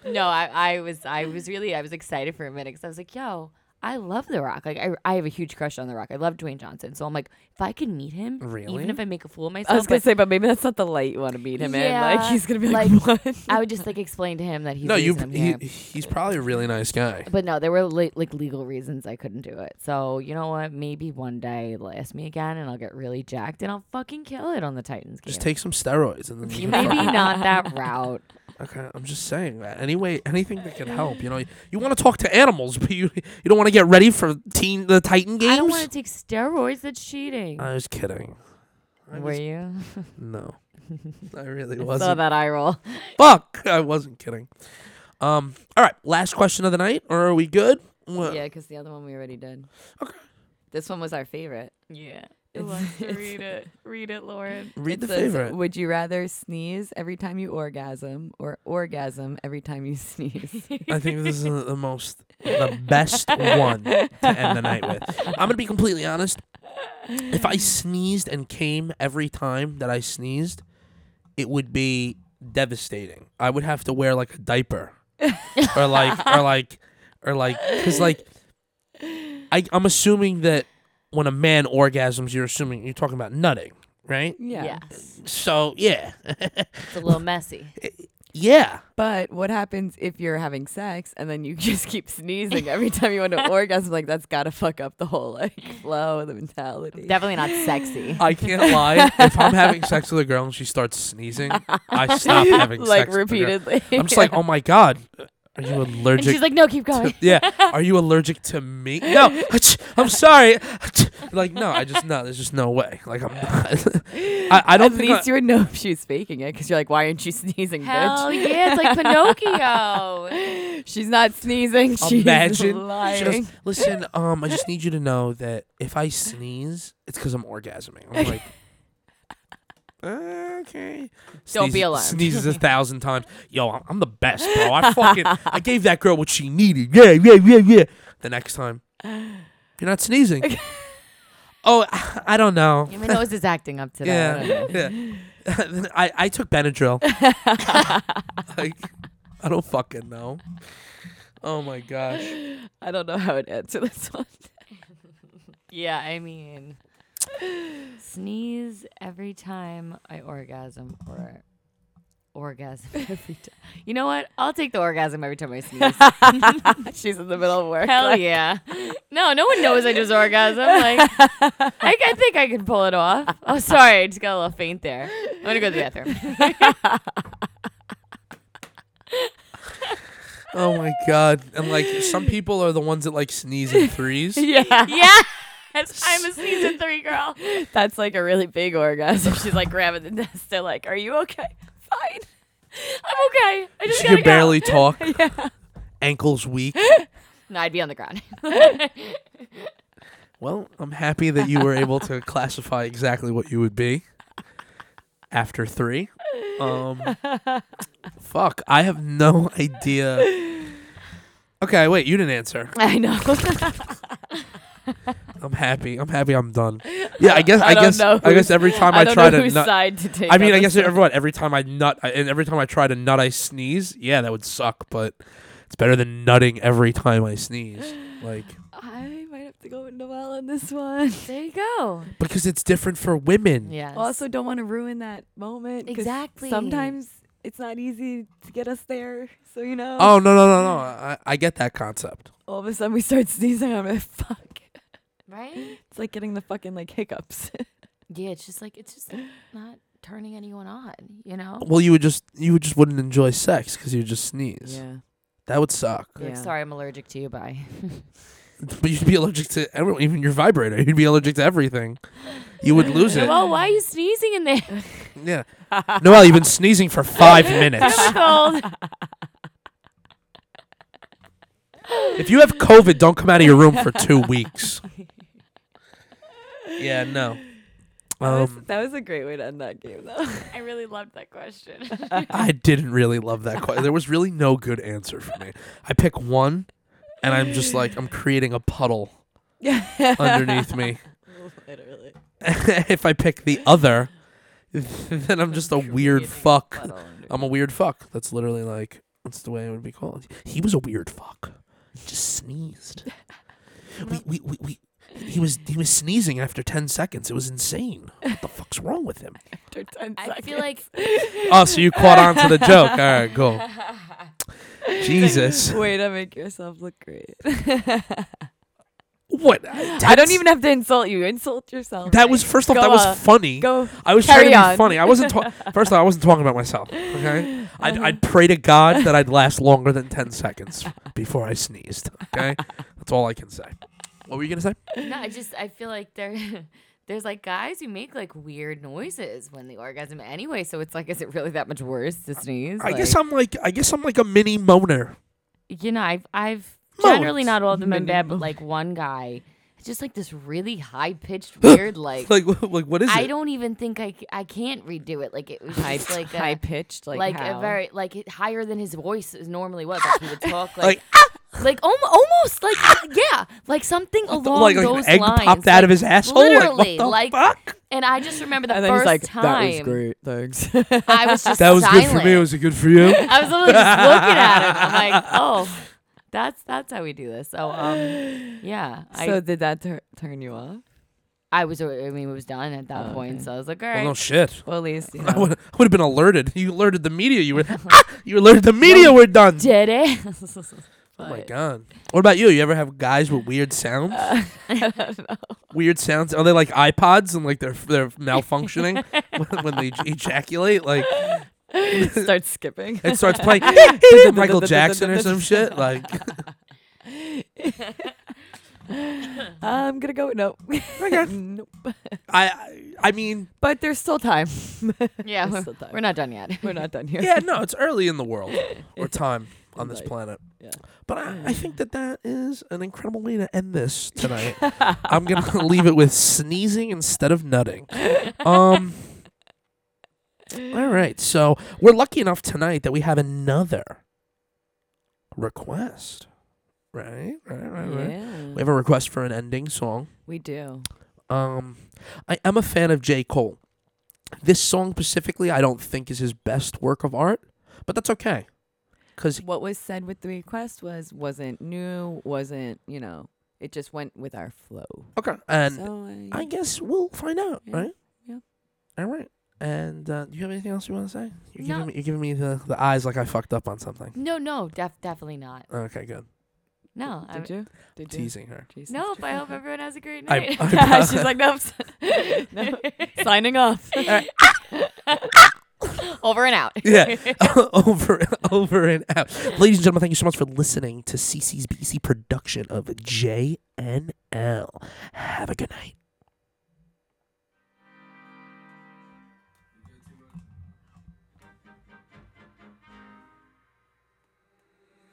Speaker 4: no, I, I was I was really I was excited for a minute because I was like, yo, I love The Rock. Like I, I have a huge crush on The Rock. I love Dwayne Johnson. So I'm like, if I can meet him,
Speaker 2: Really?
Speaker 4: even if I make a fool of myself,
Speaker 3: I was gonna
Speaker 4: but
Speaker 3: say, but maybe that's not the light you want to meet him in. Like
Speaker 4: Yeah,
Speaker 3: he's gonna be like, *laughs*
Speaker 4: like,
Speaker 3: what?
Speaker 4: I would just like explain
Speaker 2: *laughs*
Speaker 4: to him that he's
Speaker 2: No, you
Speaker 4: reason I'm
Speaker 2: he,
Speaker 4: here.
Speaker 2: he's probably a really nice guy.
Speaker 4: But no, there were le- like legal reasons I couldn't do it. So you know what? Maybe one day they'll ask me again, and I'll get really jacked, and I'll fucking kill it on the Titans game.
Speaker 2: Just take some steroids
Speaker 4: *laughs*
Speaker 2: and then you can *laughs*
Speaker 4: Maybe
Speaker 2: fucking-
Speaker 4: not that route.
Speaker 2: Okay, I'm just saying that. Anyway, anything that can help, you know. You want to talk to animals, *laughs* but you you don't want to get ready for teen the Titan games.
Speaker 4: I don't want to take steroids. That's cheating.
Speaker 2: I was kidding. Uh, I
Speaker 4: Were
Speaker 2: was-
Speaker 4: you? *laughs*
Speaker 2: No, I really
Speaker 4: I
Speaker 2: wasn't.
Speaker 4: saw that eye roll.
Speaker 2: Fuck, *laughs* I wasn't kidding. Um, all right, last question of the night, or are we good? Wha-
Speaker 3: yeah, because the other one we already did.
Speaker 2: Okay.
Speaker 3: This one was our favorite. *laughs*
Speaker 4: Yeah.
Speaker 5: It
Speaker 4: It's-
Speaker 5: wants to
Speaker 4: it's-
Speaker 5: read it. Read it, Lauren.
Speaker 2: Read
Speaker 3: It
Speaker 2: the
Speaker 3: says,
Speaker 2: favorite.
Speaker 3: Would you rather sneeze every time you orgasm or orgasm every time you
Speaker 5: *laughs*
Speaker 3: *laughs* sneeze?
Speaker 2: I think this is the the most, the best one to end the night with. I'm going to be completely honest. If I sneezed and came every time that I sneezed, it would be devastating. I would have to wear like a diaper or like, or like, or like, because like, I, I'm assuming that when a man orgasms, you're assuming you're talking about nutting, right?
Speaker 3: yeah.
Speaker 4: Yes.
Speaker 2: So, yeah.
Speaker 4: It's a little messy.
Speaker 2: yeah.
Speaker 3: But what happens if you're having sex and then you *laughs* just keep sneezing every time you
Speaker 5: *laughs*
Speaker 3: want to orgasm? Like that's gotta fuck up the whole like flow, the mentality.
Speaker 4: Definitely not sexy.
Speaker 2: I can't lie. If I'm having sex with a girl and she starts sneezing, I
Speaker 3: *laughs*
Speaker 2: stop having
Speaker 3: like
Speaker 2: sex. with the girl.
Speaker 3: repeatedly.
Speaker 2: I'm just like, oh my god, are you
Speaker 4: And
Speaker 2: allergic?
Speaker 4: she's like, no, keep
Speaker 2: to-
Speaker 4: going.
Speaker 2: yeah, are you allergic to me? No, *laughs* I'm sorry. like, no, I just no. There's just no way. Like, I'm not. *laughs* I, I don't
Speaker 3: At
Speaker 2: think. I,
Speaker 3: least you would know if she's faking it because you're like, why aren't you *laughs* sneezing,
Speaker 4: Hell yeah,
Speaker 3: *laughs*
Speaker 4: it's like Pinocchio.
Speaker 3: bitch? *laughs* She's not sneezing. She's
Speaker 2: Imagine.
Speaker 3: *laughs*
Speaker 2: She goes,
Speaker 4: *laughs*
Speaker 3: lying.
Speaker 2: Listen, um, I just need you to know that if I sneeze, it's because I'm orgasming. I'm
Speaker 4: *laughs*
Speaker 2: like, okay.
Speaker 4: Don't be
Speaker 2: Sneezes-
Speaker 4: alarmed.
Speaker 2: Sneezes a thousand times. Yo, I'm, I'm the best, bro.
Speaker 4: *laughs*
Speaker 2: I fucking, I gave that girl what she needed. Yeah, yeah, yeah, yeah. The next time, you're not sneezing.
Speaker 4: *laughs*
Speaker 2: oh, I, I don't know.
Speaker 4: My nose is acting up today. I don't
Speaker 2: Yeah,
Speaker 4: know.
Speaker 2: yeah. *laughs* I, I took
Speaker 4: *laughs*
Speaker 2: Benadryl. like, I don't fucking know. Oh my gosh.
Speaker 3: *laughs* I don't know how to answer this one.
Speaker 4: *laughs* Yeah, I mean, sneeze every time I orgasm or orgasm *laughs* every time. You know what? I'll take the orgasm every time I
Speaker 3: *laughs*
Speaker 4: sneeze.
Speaker 3: She's in the middle of work.
Speaker 4: Hell yeah. No, no one knows I just orgasm.
Speaker 3: *laughs*
Speaker 4: Like, I, I think I can pull it off. Oh, sorry. I just got a little faint there. I'm going to go to the bathroom.
Speaker 2: Oh my god! And like some people are the ones that like sneeze in
Speaker 3: *laughs*
Speaker 4: *laughs*
Speaker 2: threes.
Speaker 3: yeah.
Speaker 4: yes.
Speaker 3: *laughs*
Speaker 4: I'm a season three girl.
Speaker 3: That's like a really big orgasm. She's like grabbing the desk. They're like, "Are you okay? *laughs* Fine."
Speaker 4: I'm okay. I just
Speaker 2: She
Speaker 4: gotta
Speaker 2: can
Speaker 4: go.
Speaker 2: barely
Speaker 3: *laughs*
Speaker 2: talk. Ankles weak.
Speaker 4: No, I'd be on the *laughs* ground.
Speaker 2: Well, I'm happy that you were able to classify exactly what you would be after three. Um, fuck, I have no idea. Okay, wait, you didn't answer.
Speaker 4: I know.
Speaker 2: I'm happy. I'm happy. I'm done. Yeah, I guess. I,
Speaker 3: I don't
Speaker 2: guess.
Speaker 3: know
Speaker 2: I guess every time I,
Speaker 3: I don't
Speaker 2: try
Speaker 3: know
Speaker 2: to
Speaker 3: whose
Speaker 2: nut.
Speaker 3: side to take.
Speaker 2: I mean,
Speaker 3: on
Speaker 2: I
Speaker 3: this
Speaker 2: guess
Speaker 3: one.
Speaker 2: everyone. Every time I nut, I, and every time I try to nut, I sneeze. Yeah, that would suck, but it's better than nutting every time I sneeze. Like
Speaker 3: *laughs* I might have to go with Noelle on this one.
Speaker 4: there you go.
Speaker 2: because it's different for women.
Speaker 4: Yes.
Speaker 3: Also, don't want to ruin that moment. 'cause
Speaker 4: Exactly.
Speaker 3: Sometimes it's not easy to get us there. So you know,
Speaker 2: Oh no no no no! I, I get that concept.
Speaker 3: all of a sudden we start *laughs* sneezing. I'm like, "Fuck!"
Speaker 4: right?
Speaker 3: It's like getting the fucking like hiccups.
Speaker 4: *laughs*
Speaker 3: *laughs*
Speaker 4: Yeah, it's just like it's just not turning anyone on, you know?
Speaker 2: Well, you would just you would just wouldn't enjoy sex because you would just sneeze. That would suck.
Speaker 4: You're Like,
Speaker 3: Yeah.
Speaker 4: sorry, I'm allergic to you. Bye.
Speaker 2: But you'd be allergic to everyone, even your vibrator. You'd be allergic to everything. You
Speaker 4: *laughs*
Speaker 2: would lose it.
Speaker 4: Well, why are you sneezing in *laughs* there?
Speaker 2: Yeah. Noelle, you've been sneezing for five minutes.
Speaker 4: I'm cold.
Speaker 2: If you have COVID, don't come out of your room
Speaker 3: *laughs*
Speaker 2: for two weeks. Yeah, no.
Speaker 3: That was-
Speaker 2: Um,
Speaker 3: that was a great way to end that game, though. *laughs*
Speaker 4: I really loved that question.
Speaker 2: I didn't really love that question. There was really no good answer for me. I pick one, and I'm just like I'm creating a puddle *laughs* underneath me.
Speaker 3: *laughs* Literally.
Speaker 2: if I pick the other, *laughs* then I'm just a weird fuck. I'm a weird fuck. That's literally like that's the way it would be called. He was a weird fuck. Just
Speaker 3: *laughs*
Speaker 2: sneezed. We we we, we he was he was sneezing after ten seconds. It was insane. What the fuck's wrong with him?
Speaker 3: After 10
Speaker 4: I
Speaker 3: seconds.
Speaker 4: feel like
Speaker 2: Oh, so you caught on to the
Speaker 3: *laughs*
Speaker 2: joke. All right, cool. *laughs* Jesus.
Speaker 3: Way to make yourself look great. *laughs*
Speaker 2: What?
Speaker 3: I don't even have to insult you. Insult yourself.
Speaker 2: That was first off.
Speaker 3: Go
Speaker 2: that was
Speaker 3: on.
Speaker 2: funny.
Speaker 3: Go.
Speaker 2: I was trying to
Speaker 3: Carry
Speaker 2: be
Speaker 3: on.
Speaker 2: funny. I wasn't
Speaker 3: *laughs*
Speaker 2: talking. First off, I wasn't talking about myself. Okay, I'd, I'd pray to God that I'd last longer than ten seconds before I sneezed.
Speaker 3: *laughs*
Speaker 2: Okay, that's all I can say. What were you gonna say?
Speaker 4: no, I just I feel like there *laughs* there's like guys who make like weird noises when they orgasm anyway, so it's like is it really that much worse to sneeze?
Speaker 2: I guess
Speaker 4: Like,
Speaker 2: I'm like I guess I'm like a mini moaner.
Speaker 4: you know, I've I've
Speaker 2: Moans.
Speaker 4: generally not all of them been bad, but
Speaker 3: Minimal.
Speaker 4: like one guy It's just like this really high pitched,
Speaker 2: *laughs*
Speaker 4: weird like.
Speaker 2: Like, wh- like what is
Speaker 4: I
Speaker 2: it?
Speaker 4: don't even think I, c- I can't redo it. Like
Speaker 2: *laughs*
Speaker 4: it was
Speaker 3: *laughs* High,
Speaker 4: just like a,
Speaker 3: high pitched, like,
Speaker 4: like
Speaker 3: how?
Speaker 4: a very like it- higher than his voice is normally was. Like he
Speaker 2: *laughs*
Speaker 4: would talk like
Speaker 2: Like,
Speaker 4: like, almo- almost like uh, yeah, like something along
Speaker 2: like, like
Speaker 4: those
Speaker 2: an egg
Speaker 4: lines.
Speaker 2: popped out
Speaker 4: like,
Speaker 2: of his asshole.
Speaker 4: Literally,
Speaker 2: like, what the fuck?
Speaker 4: and I just remember the
Speaker 3: and then
Speaker 4: first
Speaker 3: he's like,
Speaker 4: time
Speaker 3: "That was great, thanks." *laughs*
Speaker 4: I was just
Speaker 2: That was good for me.
Speaker 4: silent.
Speaker 2: Was it good for
Speaker 4: *laughs*
Speaker 2: you?
Speaker 4: I was literally just looking at him. I'm like, oh, that's that's how we do this. So um, yeah,
Speaker 3: so
Speaker 4: I
Speaker 3: did that tur- turn you off?
Speaker 4: I was I mean it was done at that
Speaker 3: Oh,
Speaker 4: point,
Speaker 3: okay.
Speaker 4: so I was like, all
Speaker 2: Well,
Speaker 4: right.
Speaker 2: no shit.
Speaker 3: Well, at least you
Speaker 2: *laughs* I
Speaker 3: know. *laughs*
Speaker 2: would, I would have been alerted. You alerted the media.
Speaker 4: *laughs*
Speaker 2: You were ah, you alerted the media. We're done.
Speaker 4: did it?
Speaker 2: Oh my
Speaker 4: But-
Speaker 2: god. What about you? You ever have guys with weird sounds? Weird sounds. Are they like iPods and like they're they're
Speaker 4: *laughs*
Speaker 2: malfunctioning when, when they ejaculate? Like
Speaker 3: start skipping.
Speaker 2: it starts
Speaker 3: *laughs*
Speaker 4: *laughs*
Speaker 2: playing like the Michael Jackson or some shit. Like *laughs*
Speaker 3: uh, I'm gonna go.
Speaker 2: *laughs*
Speaker 3: No, *laughs* nope.
Speaker 2: I I mean
Speaker 3: But there's still time.
Speaker 4: Yeah, *laughs*
Speaker 3: There's
Speaker 4: we're,
Speaker 3: still time.
Speaker 4: we're not done yet.
Speaker 3: We're not done *laughs* here.
Speaker 2: yeah no it's early in the
Speaker 3: *laughs*
Speaker 2: world or time on this
Speaker 3: Like,
Speaker 2: planet.
Speaker 3: yeah.
Speaker 2: But I, I think that that is an incredible way to end
Speaker 3: *laughs*
Speaker 2: this tonight. I'm gonna *laughs* leave it with sneezing instead of
Speaker 3: *laughs*
Speaker 2: nutting. Um. All right, so we're lucky enough tonight that we have another request. Right, right, right, right.
Speaker 3: Yeah.
Speaker 2: We have a request for an ending song.
Speaker 3: We do.
Speaker 2: Um, I am a fan of J. Cole. This song specifically, I don't think is his best work of art, but that's okay, because
Speaker 3: What was said with the request was wasn't new, wasn't you know, it just went with our flow.
Speaker 2: okay, and
Speaker 3: so
Speaker 2: I guess we'll find out,
Speaker 3: Yeah,
Speaker 2: right?
Speaker 3: yeah.
Speaker 2: All right. And uh, do you have anything else you want to say? You're
Speaker 4: No.
Speaker 2: giving me, you're giving me the, the eyes like I fucked up on something.
Speaker 4: No, no, def- definitely not.
Speaker 2: Okay, good.
Speaker 4: No, I,
Speaker 3: did you? Did you?
Speaker 2: Teasing her.
Speaker 3: Jesus.
Speaker 4: nope. I hope everyone has a great
Speaker 2: I-
Speaker 4: night.
Speaker 2: I- *laughs*
Speaker 4: *laughs* She's like, nope.
Speaker 3: No. Signing off.
Speaker 4: Over and out.
Speaker 3: *laughs*
Speaker 2: Yeah. *laughs* over over and out. Ladies and gentlemen, thank you so much for listening to CC's BC production of JNL. Have a good night.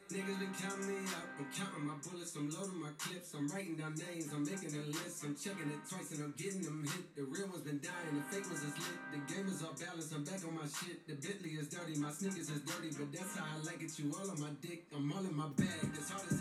Speaker 1: Niggas been counting me out, I'm counting my bullets, I'm loading my clips, I'm writing down names, I'm making a list, I'm checking it twice and I'm getting them hit. The real ones been dying, the fake ones is lit, the game is off balance, I'm back on my shit. The Bentley is dirty, my sneakers is dirty, but that's how I like it. You all on my dick, I'm all in my bag, it's hard as